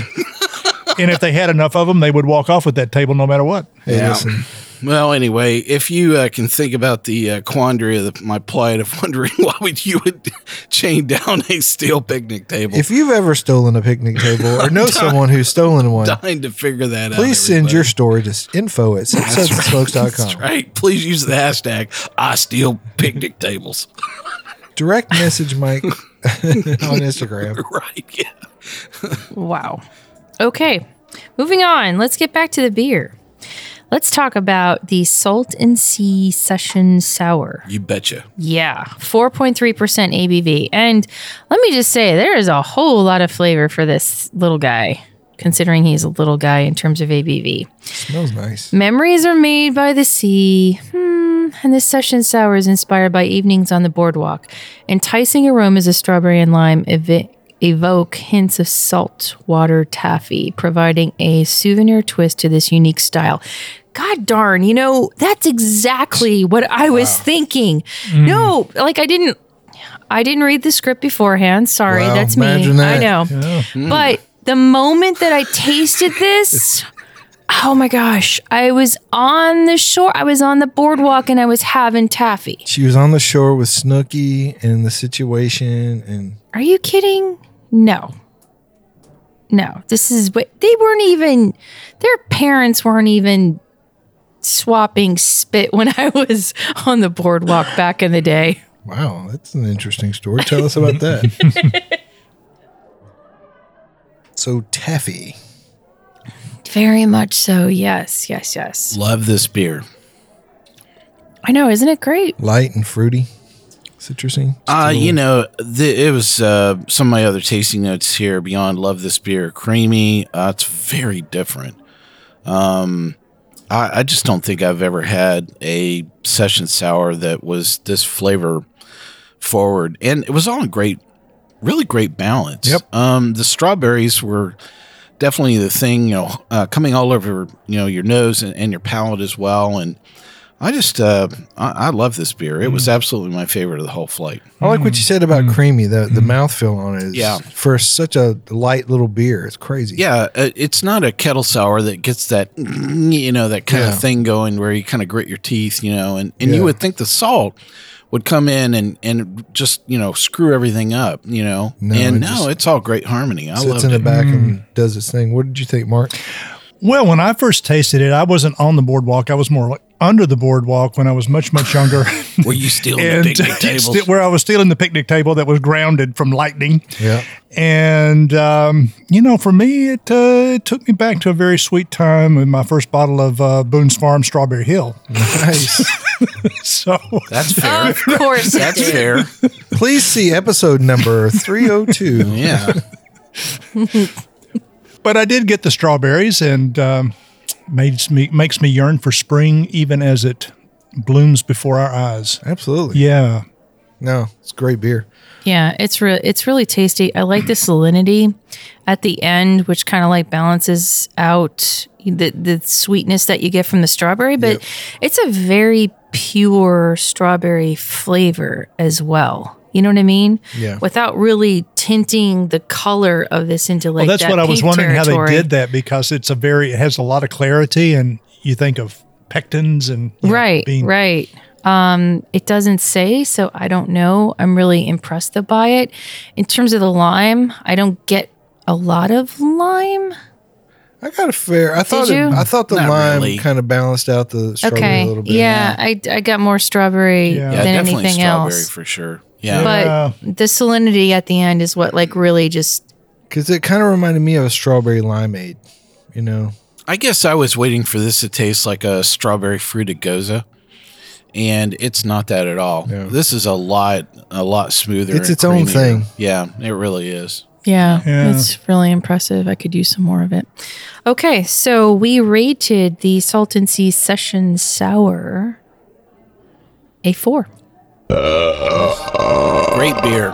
[SPEAKER 5] And if they had enough of them, they would walk off with that table no matter what.
[SPEAKER 3] Hey,
[SPEAKER 4] Yeah.
[SPEAKER 3] listen.
[SPEAKER 4] Well, anyway, if you uh, can think about the uh, quandary of the, my plight of wondering why would you would chain down a steel picnic table,
[SPEAKER 3] If you've ever stolen a picnic table or know someone who's stolen one,
[SPEAKER 4] dying to figure that out.
[SPEAKER 3] please send your story
[SPEAKER 4] everybody.
[SPEAKER 3] to info at
[SPEAKER 4] That's
[SPEAKER 3] sudsandspokes.com.
[SPEAKER 4] right. Please use the hashtag I steal picnic tables.
[SPEAKER 3] Direct message Mike on Instagram.
[SPEAKER 4] right. Yeah.
[SPEAKER 2] Wow. Okay, moving on. Let's get back to the beer. Let's talk about the Salt and Sea Session Sour.
[SPEAKER 4] You betcha.
[SPEAKER 2] Yeah, 4.3% ABV. And let me just say, there is a whole lot of flavor for this little guy, considering he's a little guy in terms of ABV.
[SPEAKER 3] Smells nice.
[SPEAKER 2] Memories are made by the sea. Hmm. And this session sour is inspired by evenings on the boardwalk. Enticing aromas of strawberry and lime ev- evoke hints of salt water taffy, providing a souvenir twist to this unique style. God darn, you know, that's exactly what I was thinking.
[SPEAKER 3] Mm.
[SPEAKER 2] No, like I didn't I didn't read the script beforehand. Sorry,
[SPEAKER 3] Wow,
[SPEAKER 2] that's me.
[SPEAKER 3] imagine
[SPEAKER 2] I
[SPEAKER 3] that.
[SPEAKER 2] know. But the moment that I tasted this, oh my gosh, I was on the shore. I was on the boardwalk and I was having taffy.
[SPEAKER 3] She was on the shore with Snooky and the situation and
[SPEAKER 2] Are you kidding? No. No, this is what they weren't even, their parents weren't even swapping spit when I was on the boardwalk back in the day.
[SPEAKER 3] wow, that's an interesting story. Tell us about that. so taffy.
[SPEAKER 2] Very much so. Yes, yes, yes.
[SPEAKER 4] Love this beer.
[SPEAKER 2] I know, isn't it great?
[SPEAKER 3] Light and fruity. Citrusy.
[SPEAKER 4] Uh, you know, the, it was uh, some of my other tasting notes here. Beyond love this beer, creamy. Uh, it's very different. Um, I, I just don't think I've ever had a session sour that was this flavor forward, and it was all a great, really great balance.
[SPEAKER 5] Yep.
[SPEAKER 4] Um, the strawberries were definitely the thing. You know, uh, coming all over you know your nose and, and your palate as well, and. I just, uh, I, I love this beer. It was absolutely my favorite of the whole flight.
[SPEAKER 3] I like what you said about creamy. The the mouthfeel on it is
[SPEAKER 4] Yeah.
[SPEAKER 3] for such a light little beer. It's crazy.
[SPEAKER 4] Yeah, uh, it's not a kettle sour that gets that, you know, that kind
[SPEAKER 3] Yeah.
[SPEAKER 4] of thing going where you kind of grit your teeth, you know, and, and
[SPEAKER 3] Yeah.
[SPEAKER 4] you would think the salt would come in and, and just, you know, screw everything up, you know.
[SPEAKER 3] No,
[SPEAKER 4] and
[SPEAKER 3] it
[SPEAKER 4] no,
[SPEAKER 3] just
[SPEAKER 4] it's all great harmony. I
[SPEAKER 3] Sits
[SPEAKER 4] love
[SPEAKER 3] in the
[SPEAKER 4] it.
[SPEAKER 3] back and does its thing. What did you think, Mark?
[SPEAKER 5] Well, when I first tasted it, I wasn't on the boardwalk. I was more like under the boardwalk when I was much, much younger.
[SPEAKER 4] Were you stealing
[SPEAKER 5] and
[SPEAKER 4] the picnic tables?
[SPEAKER 5] sti- where I was stealing the picnic table that was grounded from lightning.
[SPEAKER 3] Yeah.
[SPEAKER 5] And, um, you know, for me, it, uh, it took me back to a very sweet time with my first bottle of uh, Boone's Farm Strawberry Hill.
[SPEAKER 3] Nice.
[SPEAKER 5] So,
[SPEAKER 4] That's fair.
[SPEAKER 2] Of course. it
[SPEAKER 4] That's
[SPEAKER 2] did.
[SPEAKER 4] fair.
[SPEAKER 3] Please see episode number 302.
[SPEAKER 4] Yeah.
[SPEAKER 5] but I did get the strawberries and um, makes, me, makes me yearn for spring even as it blooms before our eyes.
[SPEAKER 3] Absolutely.
[SPEAKER 5] Yeah.
[SPEAKER 3] No, it's great beer.
[SPEAKER 2] Yeah, it's re- it's really tasty. I like the salinity at the end, which kind of like balances out the the sweetness that you get from the strawberry. But it's a very pure strawberry flavor as well. You know what I mean?
[SPEAKER 3] Yeah.
[SPEAKER 2] Without really tinting the color of this into like
[SPEAKER 5] well, that's
[SPEAKER 2] that
[SPEAKER 5] what I was
[SPEAKER 2] pink
[SPEAKER 5] wondering how
[SPEAKER 2] territory.
[SPEAKER 5] they did that because it's a very it has a lot of clarity and you think of pectins and you know,
[SPEAKER 2] right
[SPEAKER 5] being-
[SPEAKER 2] right um it doesn't say so i don't know i'm really impressed by it in terms of the lime i don't get a lot of lime
[SPEAKER 3] I got a fair. I thought. It,
[SPEAKER 2] you?
[SPEAKER 3] I thought the
[SPEAKER 4] Not
[SPEAKER 3] lime
[SPEAKER 4] really.
[SPEAKER 3] kind of balanced out the strawberry
[SPEAKER 2] okay
[SPEAKER 3] a little bit.
[SPEAKER 2] yeah I, I got more strawberry
[SPEAKER 5] Yeah.
[SPEAKER 4] Yeah,
[SPEAKER 2] than
[SPEAKER 4] definitely
[SPEAKER 2] anything
[SPEAKER 4] strawberry
[SPEAKER 2] else
[SPEAKER 4] for sure. Yeah.
[SPEAKER 2] but
[SPEAKER 5] Yeah.
[SPEAKER 2] the salinity at the end is what like really just
[SPEAKER 3] because it kind of reminded me of a strawberry limeade. You know,
[SPEAKER 4] I guess I was waiting for this to taste like a strawberry fruit goza, and it's not that at all.
[SPEAKER 3] Yeah.
[SPEAKER 4] This is a lot, a lot smoother.
[SPEAKER 3] It's
[SPEAKER 4] and
[SPEAKER 3] its own
[SPEAKER 4] creamier.
[SPEAKER 3] thing.
[SPEAKER 4] Yeah, it really is.
[SPEAKER 2] Yeah,
[SPEAKER 5] Yeah.
[SPEAKER 2] it's really impressive. I could use some more of it. Okay, so we rated the Salt and Sea Session Sour a four.
[SPEAKER 4] Great beer.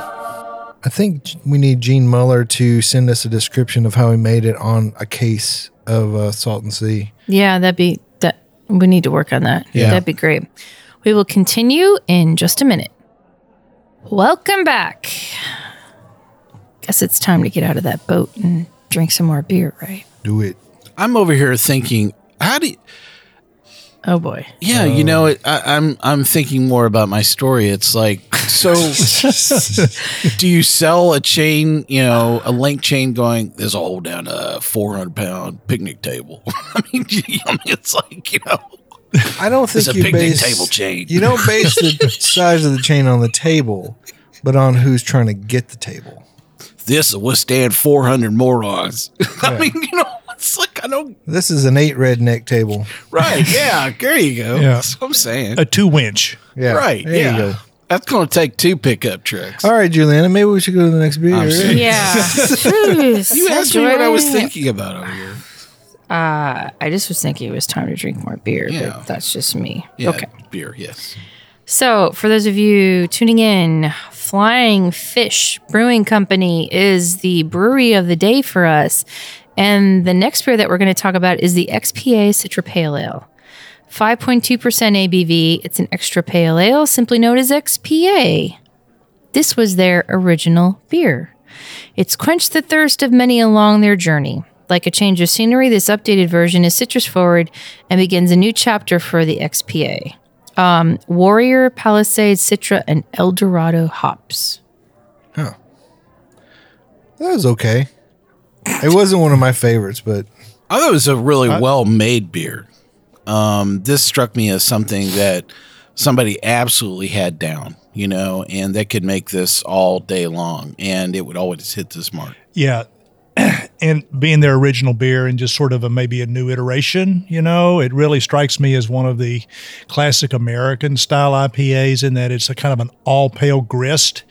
[SPEAKER 3] I think we need Gene Muller to send us a description of how he made it on a case of uh, Salt and Sea.
[SPEAKER 2] Yeah, that'd be that. We need to work on that.
[SPEAKER 3] Yeah.
[SPEAKER 2] That'd be great. We will continue in just a minute. Welcome back. Guess it's time to get out of that boat and drink some more beer, right?
[SPEAKER 3] Do it.
[SPEAKER 4] I'm over here thinking, how do? You,
[SPEAKER 2] Oh boy.
[SPEAKER 4] yeah, you know, it, I, I'm I'm thinking more about my story. It's like, so do you sell a chain? You know, a link chain going? There's a hole down a 400 pound picnic table. I mean, you- I mean, it's like you know.
[SPEAKER 3] I don't think
[SPEAKER 4] It's a
[SPEAKER 3] you
[SPEAKER 4] picnic
[SPEAKER 3] base
[SPEAKER 4] table chain.
[SPEAKER 3] You don't base the size of the chain on the table, but on who's trying to get the table.
[SPEAKER 4] this will withstand 400 morons. I mean, you know, it's like, I don't,
[SPEAKER 3] This is an eight redneck table.
[SPEAKER 4] right. Yeah. There you go.
[SPEAKER 5] Yeah.
[SPEAKER 4] That's what I'm saying.
[SPEAKER 5] a two winch.
[SPEAKER 3] Yeah,
[SPEAKER 4] right.
[SPEAKER 3] There
[SPEAKER 4] yeah.
[SPEAKER 3] you go.
[SPEAKER 4] That's going to take two pickup trucks.
[SPEAKER 3] All right, Juliana. Maybe we should go to the next beer.
[SPEAKER 4] I'm serious.
[SPEAKER 2] Yeah. Jeez,
[SPEAKER 4] you
[SPEAKER 2] so
[SPEAKER 4] asked me what I was
[SPEAKER 2] dry.
[SPEAKER 4] thinking about over here.
[SPEAKER 2] I just was thinking it was time to drink more beer,
[SPEAKER 4] Yeah.
[SPEAKER 2] but that's just me.
[SPEAKER 4] Yeah.
[SPEAKER 2] Okay.
[SPEAKER 4] Beer. Yes.
[SPEAKER 2] So, for those of you tuning in, Flying Fish Brewing Company is the brewery of the day for us. And the next beer that we're going to talk about is the XPA Citra Pale Ale. 5.2% ABV. It's an extra pale ale, simply known as XPA. This was their original beer. It's quenched the thirst of many along their journey. Like a change of scenery, this updated version is citrus forward and begins a new chapter for the XPA. Um, Warrior, Palisade, Citra, and Eldorado hops.
[SPEAKER 3] That was okay. It wasn't one of my favorites, but
[SPEAKER 4] I thought it was a really well made beer. Um, this struck me as something that somebody absolutely had down, you know, and they could make this all day long and it would always hit this mark.
[SPEAKER 5] Yeah. And being their original beer and just sort of a maybe a new iteration, you know, it really strikes me as one of the classic American style IPAs in that it's a kind of an all pale grist.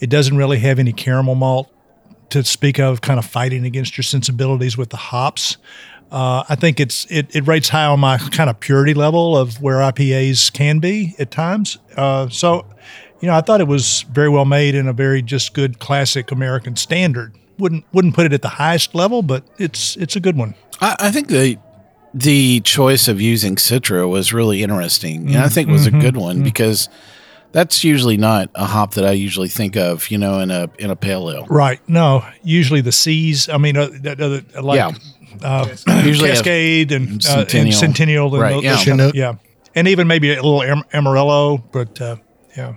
[SPEAKER 5] It doesn't really have any caramel malt to speak of, kind of fighting against your sensibilities with the hops. Uh, I think it's it, it rates high on my kind of purity level of where IPAs can be at times. Uh, so, you know, I thought it was very well made and a very just good classic American standard. Wouldn't wouldn't put it at the highest level, but it's it's a good one.
[SPEAKER 4] I, I think the the choice of using Citra was really interesting, and I think was a good one because that's usually not a hop that I usually think of, you know, in a in a pale ale.
[SPEAKER 5] Right? No, usually the C's. I mean, uh, that other like
[SPEAKER 4] Yeah.
[SPEAKER 5] uh,
[SPEAKER 4] Usually a-
[SPEAKER 5] Cascade and uh, and
[SPEAKER 4] Centennial.
[SPEAKER 5] Centennial, and
[SPEAKER 4] Right,
[SPEAKER 5] those-
[SPEAKER 4] yeah.
[SPEAKER 5] those kind of-
[SPEAKER 3] Chinook.
[SPEAKER 5] yeah, and even maybe a little am- Amarillo, but uh, yeah.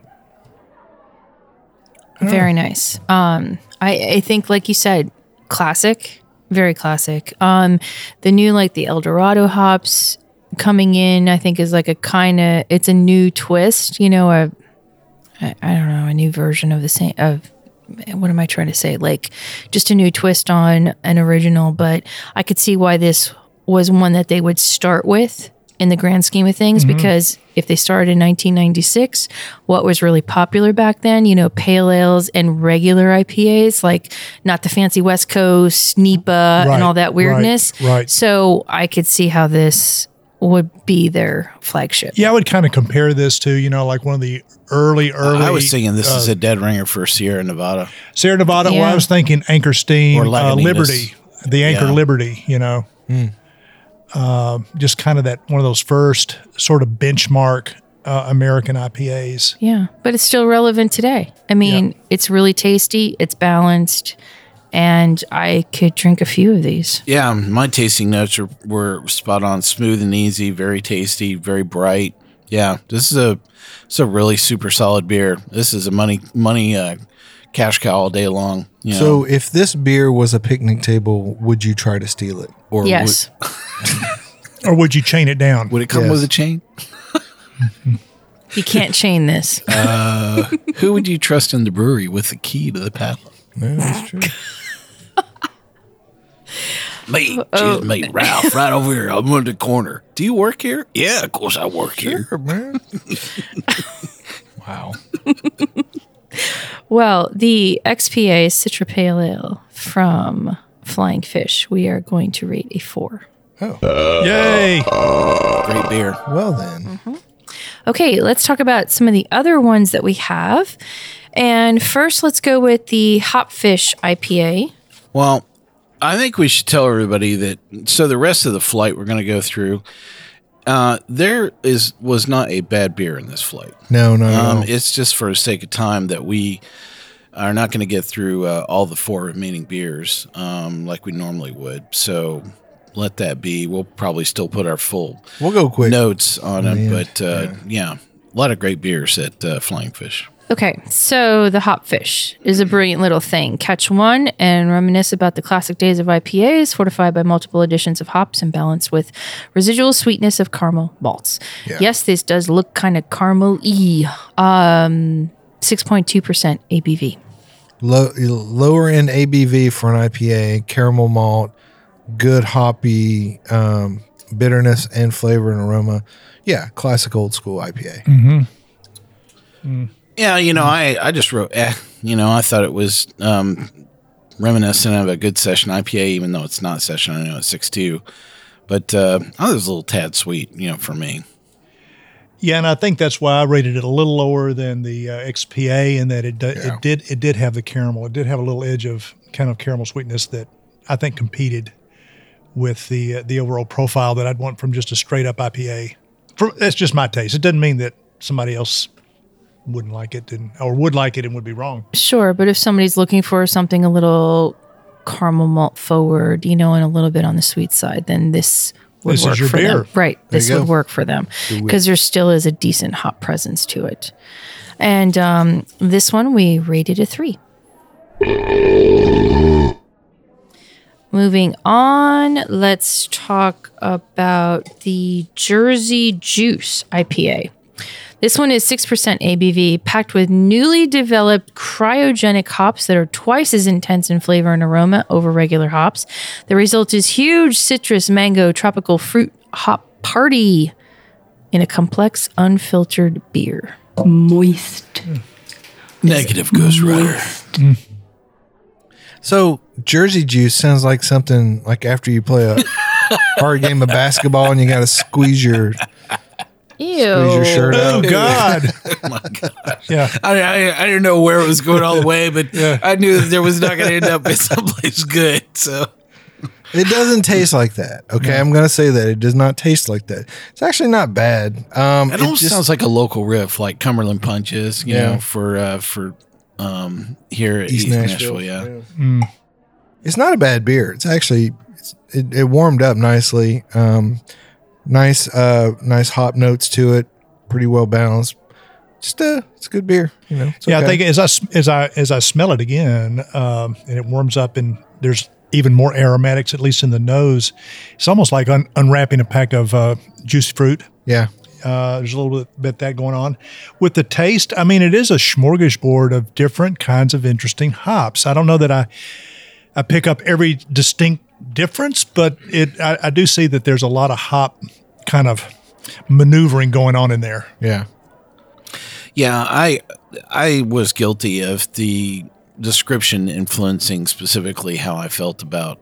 [SPEAKER 2] Very nice. Um, I, I think, like you said, classic, very classic. Um, the new, like the Eldorado hops coming in, I think is like a kind of, it's a new twist, you know, a, I, I don't know, a new version of the same, of, what am I trying to say? Like just a new twist on an original, but I could see why this was one that they would start with in the grand scheme of things
[SPEAKER 5] Mm-hmm.
[SPEAKER 2] because if they started in 1996, what was really popular back then, you know, pale ales and regular IPAs, like not the fancy West Coast, NEPA,
[SPEAKER 5] Right,
[SPEAKER 2] and all that
[SPEAKER 5] right,
[SPEAKER 2] weirdness.
[SPEAKER 5] right.
[SPEAKER 2] So I could see how this would be their flagship.
[SPEAKER 5] Yeah, I would kind of compare this to you know like one of the early early.
[SPEAKER 4] I was thinking this
[SPEAKER 5] uh,
[SPEAKER 4] is a dead ringer for Sierra Nevada.
[SPEAKER 5] Sierra Nevada. Well,
[SPEAKER 2] Yeah.
[SPEAKER 5] I was thinking Anchor Steam,
[SPEAKER 4] Or
[SPEAKER 5] uh,
[SPEAKER 4] Lagunitas.
[SPEAKER 5] Liberty, the Anchor
[SPEAKER 4] Yeah. Hmm.
[SPEAKER 5] Liberty. You know, Um, just kind of that one of those first sort of benchmark uh, American IPAs.
[SPEAKER 2] Yeah, but it's still relevant today. I mean, it's really tasty, it's balanced, and I could drink a few of these.
[SPEAKER 4] Yeah, my tasting notes are, were spot on, smooth and easy, very tasty, very bright. Yeah, this is a it's a really super solid beer. This is a money money uh, cash cow all day long. You know,
[SPEAKER 3] So, if this beer was a picnic table, would you try to steal it?
[SPEAKER 4] or
[SPEAKER 2] Yes.
[SPEAKER 5] Or would you chain it down?
[SPEAKER 4] would, would it come with a chain?
[SPEAKER 2] you can't chain this.
[SPEAKER 4] Who would you trust in the brewery with the key to the padlock? Me,
[SPEAKER 2] Oh.
[SPEAKER 4] Just me, Ralph, right over here. I'm in the corner. Do you work here? Yeah, of course I work here. wow.
[SPEAKER 2] Well, the XPA Citra Pale Ale from Flying Fish, we are going to rate a four.
[SPEAKER 5] Yay!
[SPEAKER 4] Great beer.
[SPEAKER 3] Well, then,
[SPEAKER 2] Okay, let's talk about some of the other ones that we have. And first, let's go with the Hopfish IPA.
[SPEAKER 4] Well, I think we should tell everybody that. So the rest of the flight we're going to go through, uh, there is was not a bad beer in this flight.
[SPEAKER 3] no, no, no.
[SPEAKER 4] Um, It's just for the sake of time that we are not going to get through uh, all the four remaining beers um, like we normally would. So let that be. We'll probably still put our full
[SPEAKER 3] we'll go quick.
[SPEAKER 4] notes on them,
[SPEAKER 3] Yeah.
[SPEAKER 4] but uh, yeah. a lot of great beers at uh, Flying Fish.
[SPEAKER 2] Okay, so the Hopfish is a brilliant little thing. Catch one and reminisce about the classic days of IPAs, fortified by multiple additions of hops and balanced with residual sweetness of caramel malts. Yes, this does look kind of caramel y. Um, 6.2% ABV.
[SPEAKER 3] Low, lower end ABV for an IPA, caramel malt, good hoppy um, bitterness and flavor and aroma. Yeah, classic old school IPA.
[SPEAKER 4] Mm. Yeah, you know, I, I just wrote, eh, you know, I thought it was um, reminiscent of a good session IPA, even though it's not session. I know it's 6.2. But uh, I was a little tad sweet, you know, for me.
[SPEAKER 5] Yeah, and I think that's why I rated it a little lower than the uh, XPA, in that it do, it did it did have the caramel. It did have a little edge of kind of caramel sweetness that I think competed with the uh, the overall profile that I'd want from just a straight up IPA. For, that's just my taste. It doesn't mean that somebody else wouldn't like it and or would like it and would be wrong.
[SPEAKER 2] Sure, but if somebody's looking for something a little caramel malt forward, you know, and a little bit on the sweet side, then this would
[SPEAKER 5] This is
[SPEAKER 2] work
[SPEAKER 5] your
[SPEAKER 2] for
[SPEAKER 5] beer.
[SPEAKER 2] them. Right. this
[SPEAKER 3] you
[SPEAKER 2] would
[SPEAKER 3] go.
[SPEAKER 2] work for them because there still is a decent hop presence to it. And um, this one we rated a three. Moving on, let's talk about the Jersey Juice IPA. This one is 6% ABV, packed with newly developed cryogenic hops that are twice as intense in flavor and aroma over regular hops. The result is huge citrus, mango, tropical fruit hop party in a complex, unfiltered beer.
[SPEAKER 8] Moist.
[SPEAKER 4] Negative Ghost Rider.
[SPEAKER 3] So Jersey Juice sounds like something like after you play a hard game of basketball and you got to squeeze your
[SPEAKER 2] Ew.
[SPEAKER 3] squeeze your shirt out.
[SPEAKER 4] Oh,
[SPEAKER 5] God, yeah,
[SPEAKER 4] I, I, I didn't know where it was going all the way, but I knew that there was not going to end up in someplace good. So
[SPEAKER 3] It doesn't taste like that. Okay, I'm gonna say that it does not taste like that. It's actually not bad. Um,
[SPEAKER 4] it
[SPEAKER 3] it
[SPEAKER 4] almost
[SPEAKER 3] just-
[SPEAKER 4] sounds like a local riff, like Cumberland Punches, you
[SPEAKER 3] Yeah.
[SPEAKER 4] know, for uh, for um, here at East, Nashville. yeah.
[SPEAKER 5] Mm.
[SPEAKER 3] it's not a bad beer. It's actually it's, it, it warmed up nicely. Um, nice, uh, nice hop notes to it. Pretty well balanced. Just uh, it's a good beer. You know. It's
[SPEAKER 5] yeah.
[SPEAKER 3] okay.
[SPEAKER 5] I think as I s- as I as I smell it again, um, and it warms up, and there's even more aromatics, at least in the nose. It's almost like un- unwrapping a pack of uh, juicy fruit.
[SPEAKER 3] Yeah.
[SPEAKER 5] Uh, there's a little bit, bit that going on with the taste. I mean, it is a smorgasbord of different kinds of interesting hops. I don't know that I I pick up every distinct difference, but it I, I do see that there's a lot of hop kind of maneuvering going on in there.
[SPEAKER 3] Yeah.
[SPEAKER 4] Yeah, I I was guilty of the description influencing specifically how I felt about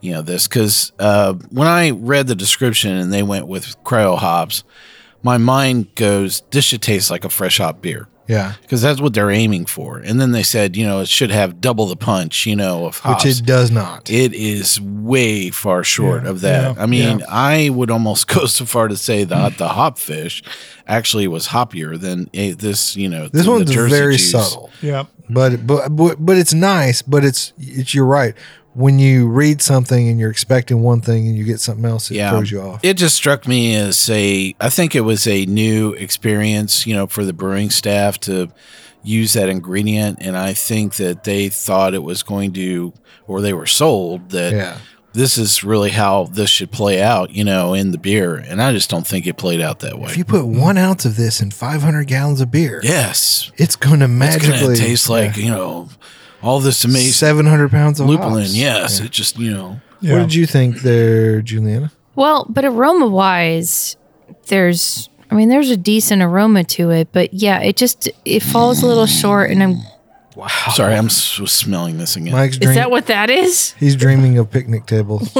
[SPEAKER 4] you know this because uh, when I read the description and they went with cryo hops, my mind goes, "This should taste like a fresh hop beer."
[SPEAKER 3] Yeah.
[SPEAKER 4] because that's what they're aiming for. And then they said, you know, it should have double the punch, you know, of hops.
[SPEAKER 3] Which it does not.
[SPEAKER 4] It is way far short of that. I mean, I would almost go so far to say that
[SPEAKER 3] Mm.
[SPEAKER 4] the hop fish actually was hoppier than eh, this, you know,
[SPEAKER 3] this
[SPEAKER 4] than the
[SPEAKER 3] one's
[SPEAKER 4] Jersey
[SPEAKER 3] very
[SPEAKER 4] cheese.
[SPEAKER 3] subtle.
[SPEAKER 5] Yeah.
[SPEAKER 3] But, but but but it's nice. But it's it's you're right. When you read something and you're expecting one thing and you get something else, it
[SPEAKER 4] Yeah.
[SPEAKER 3] throws you off.
[SPEAKER 4] It just struck me as a, I think it was a new experience, you know, for the brewing staff to use that ingredient. And I think that they thought it was going to, or they were sold that
[SPEAKER 3] Yeah.
[SPEAKER 4] this is really how this should play out, you know, in the beer. And I just don't think it played out that way.
[SPEAKER 3] If you put one ounce of this in 500 gallons of beer,
[SPEAKER 4] yes.
[SPEAKER 3] it's going to
[SPEAKER 4] It's
[SPEAKER 3] magically
[SPEAKER 4] going to taste like, you know, all this amazing
[SPEAKER 3] 700 pounds of
[SPEAKER 4] lupulin.
[SPEAKER 3] hops.
[SPEAKER 4] Yes. It just, you know,
[SPEAKER 5] Yeah.
[SPEAKER 3] What did you think there, Juliana?
[SPEAKER 2] Well, but aroma wise, there's I mean, there's a decent aroma to it, but yeah, it just it falls a little short and I'm
[SPEAKER 4] sorry, I'm s- smelling this again.
[SPEAKER 3] Mike's
[SPEAKER 2] Is
[SPEAKER 3] dream.
[SPEAKER 2] that what that is?
[SPEAKER 3] He's dreaming of picnic tables.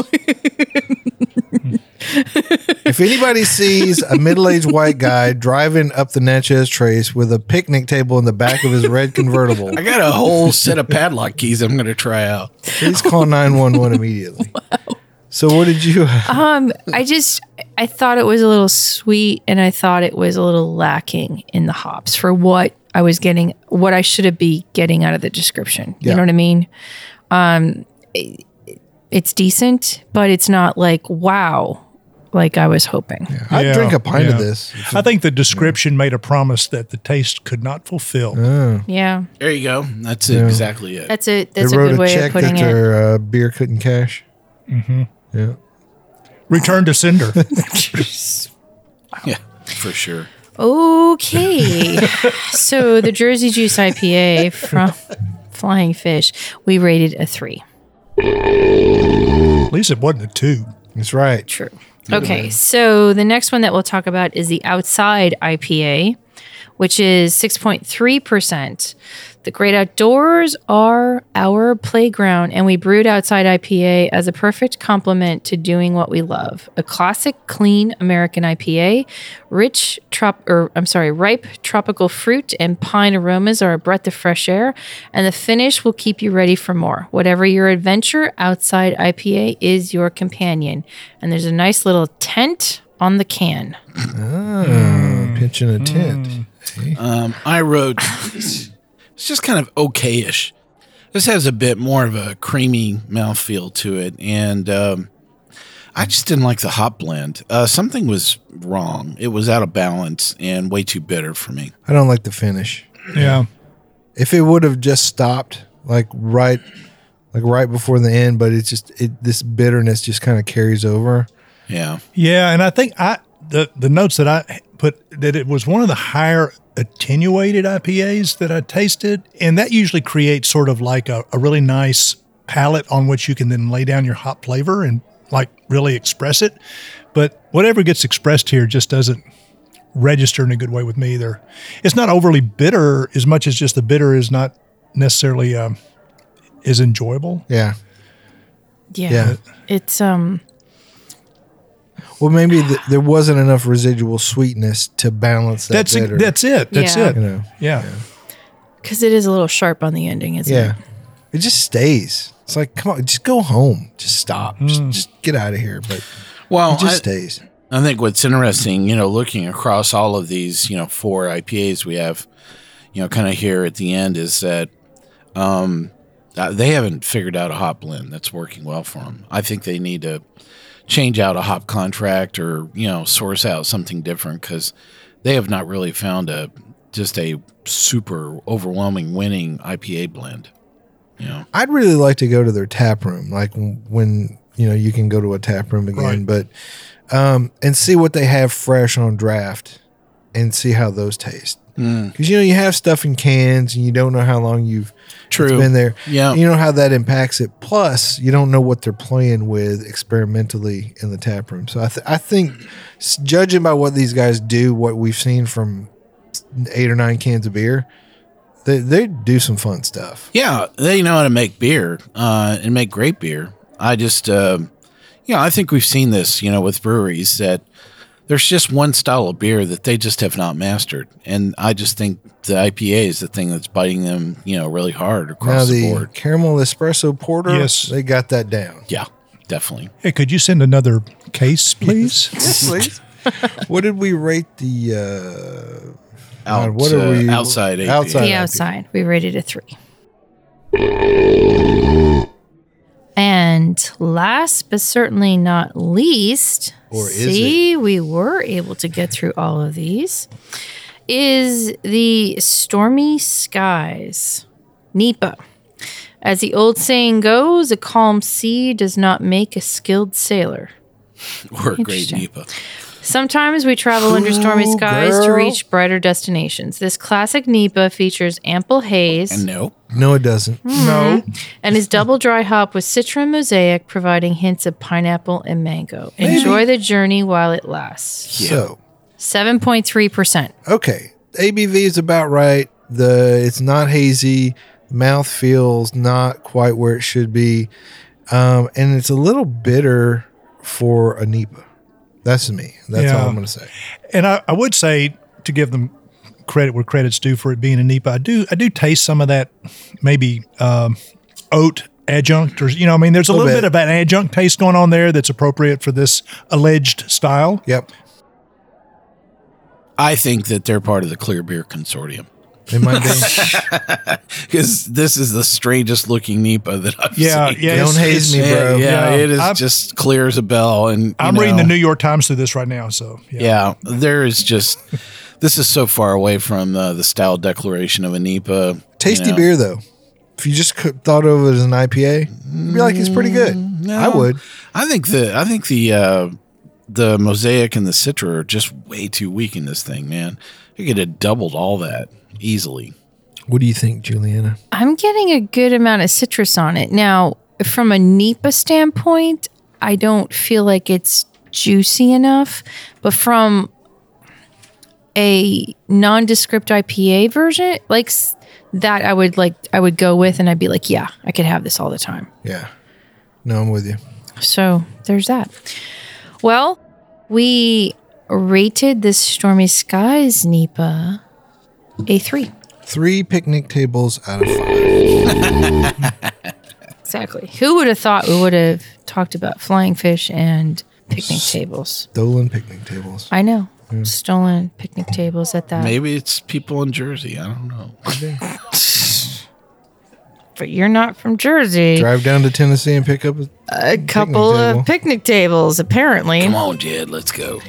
[SPEAKER 3] if anybody sees a middle-aged white guy driving up the Natchez Trace with a picnic table in the back of his red convertible,
[SPEAKER 4] I got a whole set of padlock keys I'm going to try out.
[SPEAKER 3] please call 911 immediately. So what did you
[SPEAKER 2] Um, I just I thought it was a little sweet and I thought it was a little lacking in the hops for what I was getting what I should have be getting out of the description. You
[SPEAKER 3] Yeah.
[SPEAKER 2] know what I mean? Um it- it's decent, but it's not like wow like I was hoping.
[SPEAKER 3] I'd
[SPEAKER 5] Yeah,
[SPEAKER 3] drink a pint
[SPEAKER 5] yeah.
[SPEAKER 3] of this.
[SPEAKER 5] I think the description made a promise that the taste could not fulfill.
[SPEAKER 3] Uh.
[SPEAKER 2] Yeah.
[SPEAKER 4] There you go. That's exactly it.
[SPEAKER 2] That's a
[SPEAKER 3] They
[SPEAKER 2] that's a
[SPEAKER 3] wrote
[SPEAKER 2] good
[SPEAKER 3] a
[SPEAKER 2] way
[SPEAKER 3] check
[SPEAKER 2] of
[SPEAKER 3] that
[SPEAKER 2] putting it.
[SPEAKER 3] their uh, beer couldn't cash. Yeah.
[SPEAKER 5] Return to Cinder.
[SPEAKER 4] yeah, for sure.
[SPEAKER 2] Okay. so the Jersey Juice IPA from Flying Fish, we rated a three.
[SPEAKER 5] At least it wasn't a two.
[SPEAKER 3] That's right.
[SPEAKER 2] True. Okay, so the next one that we'll talk about is the Outside IPA, which is 6.3%. The Great Outdoors are our playground, and we brewed Outside IPA as a perfect complement to doing what we love. A classic, clean American IPA, rich trop or I'm sorry, ripe tropical fruit and pine aromas are a breath of fresh air, and the finish will keep you ready for more. Whatever your adventure, Outside IPA is your companion. And there's a nice little tent on the can.
[SPEAKER 3] Pinching a tent.
[SPEAKER 5] Mm.
[SPEAKER 4] Um, I wrote. It's just kind of okayish. This has a bit more of a creamy mouthfeel to it, and um, I just didn't like the hop blend. Uh, something was wrong. It was out of balance and way too bitter for me.
[SPEAKER 3] I don't like the finish.
[SPEAKER 5] Yeah.
[SPEAKER 3] if it would have just stopped like right like right before the end but it's just it this bitterness just kind of carries over
[SPEAKER 4] Yeah,
[SPEAKER 5] Yeah, and I think I the the notes that I put that it was one of the higher attenuated IPAs that I tasted, and that usually creates sort of like a, a really nice palette on which you can then lay down your hop flavor and like really express it. But whatever gets expressed here just doesn't register in a good way with me either. It's not overly bitter as much as just the bitter is not necessarily um, is enjoyable.
[SPEAKER 3] yeah
[SPEAKER 2] Yeah.
[SPEAKER 3] Yeah.
[SPEAKER 2] It's um
[SPEAKER 3] well maybe th- there wasn't enough residual sweetness to balance that
[SPEAKER 5] That's
[SPEAKER 3] bitter.
[SPEAKER 5] that's it. That's
[SPEAKER 2] Yeah.
[SPEAKER 5] it.
[SPEAKER 3] you know
[SPEAKER 5] yeah.
[SPEAKER 2] because it is a little sharp on the ending, isn't
[SPEAKER 3] yeah
[SPEAKER 2] it?
[SPEAKER 3] it just stays it's like come on just go home just stop just, just get out of here but
[SPEAKER 4] well,
[SPEAKER 3] it just
[SPEAKER 4] I-
[SPEAKER 3] stays
[SPEAKER 4] I think what's interesting, you know, looking across all of these, you know, four IPAs we have, you know, kind of here at the end is that um, uh, they haven't figured out a hop blend that's working well for them. I think they need to change out a hop contract or, you know, source out something different because they have not really found a just a super overwhelming winning IPA blend. You know,
[SPEAKER 3] I'd really like to go to their tap room, like w- when you know you can go to a tap room again, but um, and see what they have fresh on draft, and see how those taste.
[SPEAKER 4] Mm.
[SPEAKER 3] Because you know you have stuff in cans, and you don't know how long you've it's
[SPEAKER 4] True.
[SPEAKER 3] been there.
[SPEAKER 4] Yeah.
[SPEAKER 3] you know how that impacts it. Plus, you don't know what they're playing with experimentally in the tap room. So I, th- I think, s- judging by what these guys do, what we've seen from eight or nine cans of beer, they they do some fun stuff.
[SPEAKER 4] Yeah, they know how to make beer uh, and make great beer. I just, uh, you know, I think we've seen this, you know, with breweries that there's just one style of beer that they just have not mastered, and I just think the IPA is the thing that's biting them, you know, really hard
[SPEAKER 3] Now
[SPEAKER 4] across the
[SPEAKER 3] the
[SPEAKER 4] board.
[SPEAKER 3] caramel espresso porter.
[SPEAKER 5] Yes.
[SPEAKER 3] they got that down.
[SPEAKER 4] Yeah, definitely.
[SPEAKER 5] Hey, could you send another case, please?
[SPEAKER 3] Yes, please. what did we rate the? Uh,
[SPEAKER 4] Out,
[SPEAKER 3] God, what are
[SPEAKER 4] uh,
[SPEAKER 3] we
[SPEAKER 4] outside? APA.
[SPEAKER 3] Outside.
[SPEAKER 2] the
[SPEAKER 3] IPA.
[SPEAKER 2] outside. We rated a three. And last but certainly not least,
[SPEAKER 3] Or is
[SPEAKER 2] see, we were able to get through all of these, is the Stormy Skies, NEPA. As the old saying goes, a calm sea does not make a skilled sailor.
[SPEAKER 4] We're a great
[SPEAKER 2] Interesting.
[SPEAKER 4] NEPA.
[SPEAKER 2] Sometimes we travel under stormy
[SPEAKER 3] Ooh,
[SPEAKER 2] skies to
[SPEAKER 3] girl.
[SPEAKER 2] reach brighter destinations. This classic NEPA features ample haze.
[SPEAKER 4] And no,
[SPEAKER 3] no, it doesn't.
[SPEAKER 5] no.
[SPEAKER 2] and is double dry hop with Citron Mosaic, providing hints of pineapple and mango. Enjoy the journey while it lasts.
[SPEAKER 3] So
[SPEAKER 2] 7.3%.
[SPEAKER 3] okay, ABV is about right. The it's not hazy. Mouth feels not quite where it should be, um, and it's a little bitter for a Nipa. That's me. That's
[SPEAKER 5] Yeah.
[SPEAKER 3] all I'm going to say.
[SPEAKER 5] And I, I would say to give them credit where credit's due for it being a NEPA, I do I do taste some of that maybe um, oat adjunct or you know I mean there's a little,
[SPEAKER 3] Little
[SPEAKER 5] bit.
[SPEAKER 3] bit.
[SPEAKER 5] of an adjunct taste going on there that's appropriate for this alleged style.
[SPEAKER 3] Yep,
[SPEAKER 4] I think that they're part of the Clear Beer Consortium
[SPEAKER 3] it might be.
[SPEAKER 4] because this is the strangest looking NEPA that I've
[SPEAKER 5] Yeah,
[SPEAKER 4] seen.
[SPEAKER 5] yeah.
[SPEAKER 3] Don't
[SPEAKER 5] it's-
[SPEAKER 3] haze
[SPEAKER 5] it's-
[SPEAKER 3] me,
[SPEAKER 4] Yeah,
[SPEAKER 3] bro.
[SPEAKER 4] yeah,
[SPEAKER 5] Yeah.
[SPEAKER 4] it is
[SPEAKER 5] I'm-
[SPEAKER 4] just clear as a bell. And you
[SPEAKER 5] I'm reading
[SPEAKER 4] know,
[SPEAKER 5] the New York Times through this right now, so
[SPEAKER 4] Yeah, there is just this is so far away from uh, the style declaration of a NEPA. you
[SPEAKER 3] Tasty
[SPEAKER 4] know.
[SPEAKER 3] beer though. If you just cou- thought of it as an IPA, you'd be like, it's pretty good. I would.
[SPEAKER 4] I think the I think the uh, the mosaic and the citra are just way too weak in this thing, man. You could have doubled all that easily.
[SPEAKER 3] What do you think, Juliana?
[SPEAKER 2] I'm getting a good amount of citrus on it. Now, from a NEPA standpoint, I don't feel like it's juicy enough, but from a nondescript IPA version, like s- that I would like I would go with and I'd be like, yeah, I could have this all the time.
[SPEAKER 3] Yeah. No, I'm with you.
[SPEAKER 2] So there's that. Well, we rated this Stormy Skies NEPA a three.
[SPEAKER 3] Three picnic tables out of five.
[SPEAKER 2] Exactly. Who would have thought we would have talked about flying fish and picnic tables?
[SPEAKER 3] Stolen picnic tables.
[SPEAKER 2] I know. Stolen picnic tables at that.
[SPEAKER 4] Maybe it's people in Jersey. I don't know.
[SPEAKER 2] But you're not from Jersey.
[SPEAKER 3] Drive down to Tennessee and pick up a
[SPEAKER 2] A couple
[SPEAKER 3] table.
[SPEAKER 2] of picnic tables, apparently.
[SPEAKER 4] Come on, Jed, let's go.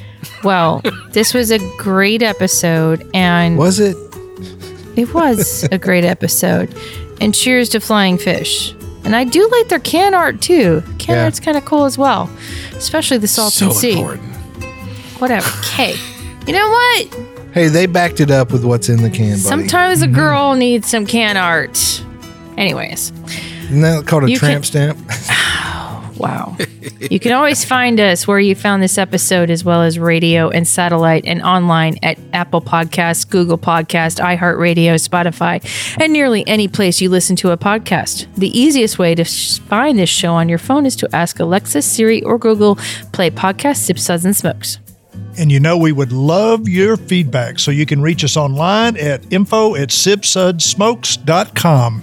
[SPEAKER 2] Well, this was a great episode, and
[SPEAKER 3] Was it?
[SPEAKER 2] It was a great episode. And cheers to Flying Fish. And I do like their can art too. Can
[SPEAKER 3] Yeah.
[SPEAKER 2] art's kind of cool as well, especially the Salton
[SPEAKER 4] so
[SPEAKER 2] Sea.
[SPEAKER 4] important.
[SPEAKER 2] Whatever. Hey, you know what?
[SPEAKER 3] Hey, they backed it up with what's in the can, buddy.
[SPEAKER 2] Sometimes a girl needs some can art. Anyways,
[SPEAKER 3] Isn't that called a
[SPEAKER 2] You
[SPEAKER 3] tramp
[SPEAKER 2] can-
[SPEAKER 3] stamp?
[SPEAKER 2] wow. you can always find us where you found this episode, as well as radio and satellite and online at Apple Podcasts, Google Podcast, iHeartRadio, Spotify, and nearly any place you listen to a podcast. The easiest way to sh- find this show on your phone is to ask Alexa, Siri, or Google Play Podcast Sip Suds and Smokes.
[SPEAKER 5] And you know, we would love your feedback. So you can reach us online at info at sipsudsmokes.com.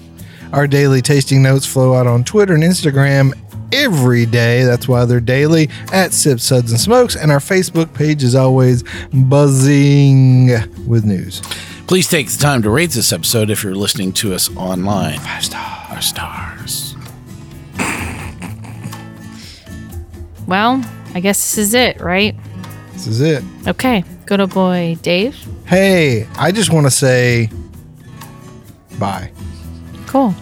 [SPEAKER 3] Our daily tasting notes flow out on Twitter and Instagram every day. That's why they're daily at Sip Suds and Smokes. And our Facebook page is always buzzing with news.
[SPEAKER 4] Please take the time to rate this episode if you're listening to us online. Five stars. Five stars.
[SPEAKER 2] Well, I guess this is it, right?
[SPEAKER 3] This is it.
[SPEAKER 2] Okay, good old boy, Dave.
[SPEAKER 3] Hey, I just want to say bye.
[SPEAKER 2] Cool.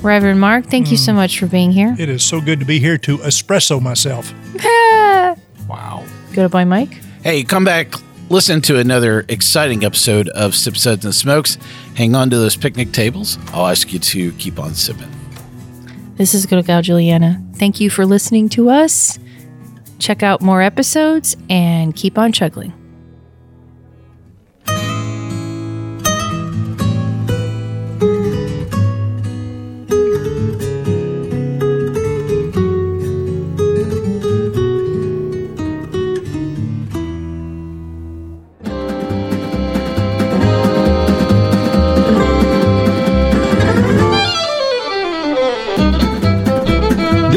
[SPEAKER 2] Reverend Mark, thank you so much for being here.
[SPEAKER 5] It is so good to be here to espresso myself.
[SPEAKER 4] Wow.
[SPEAKER 2] Good old boy, Mike.
[SPEAKER 4] Hey, come back, listen to another exciting episode of Sip Suds and Smokes. Hang on to those picnic tables. I'll ask you to keep on sipping.
[SPEAKER 2] This is Good Gal Juliana. Thank you for listening to us. Check out more episodes and keep on chuggling.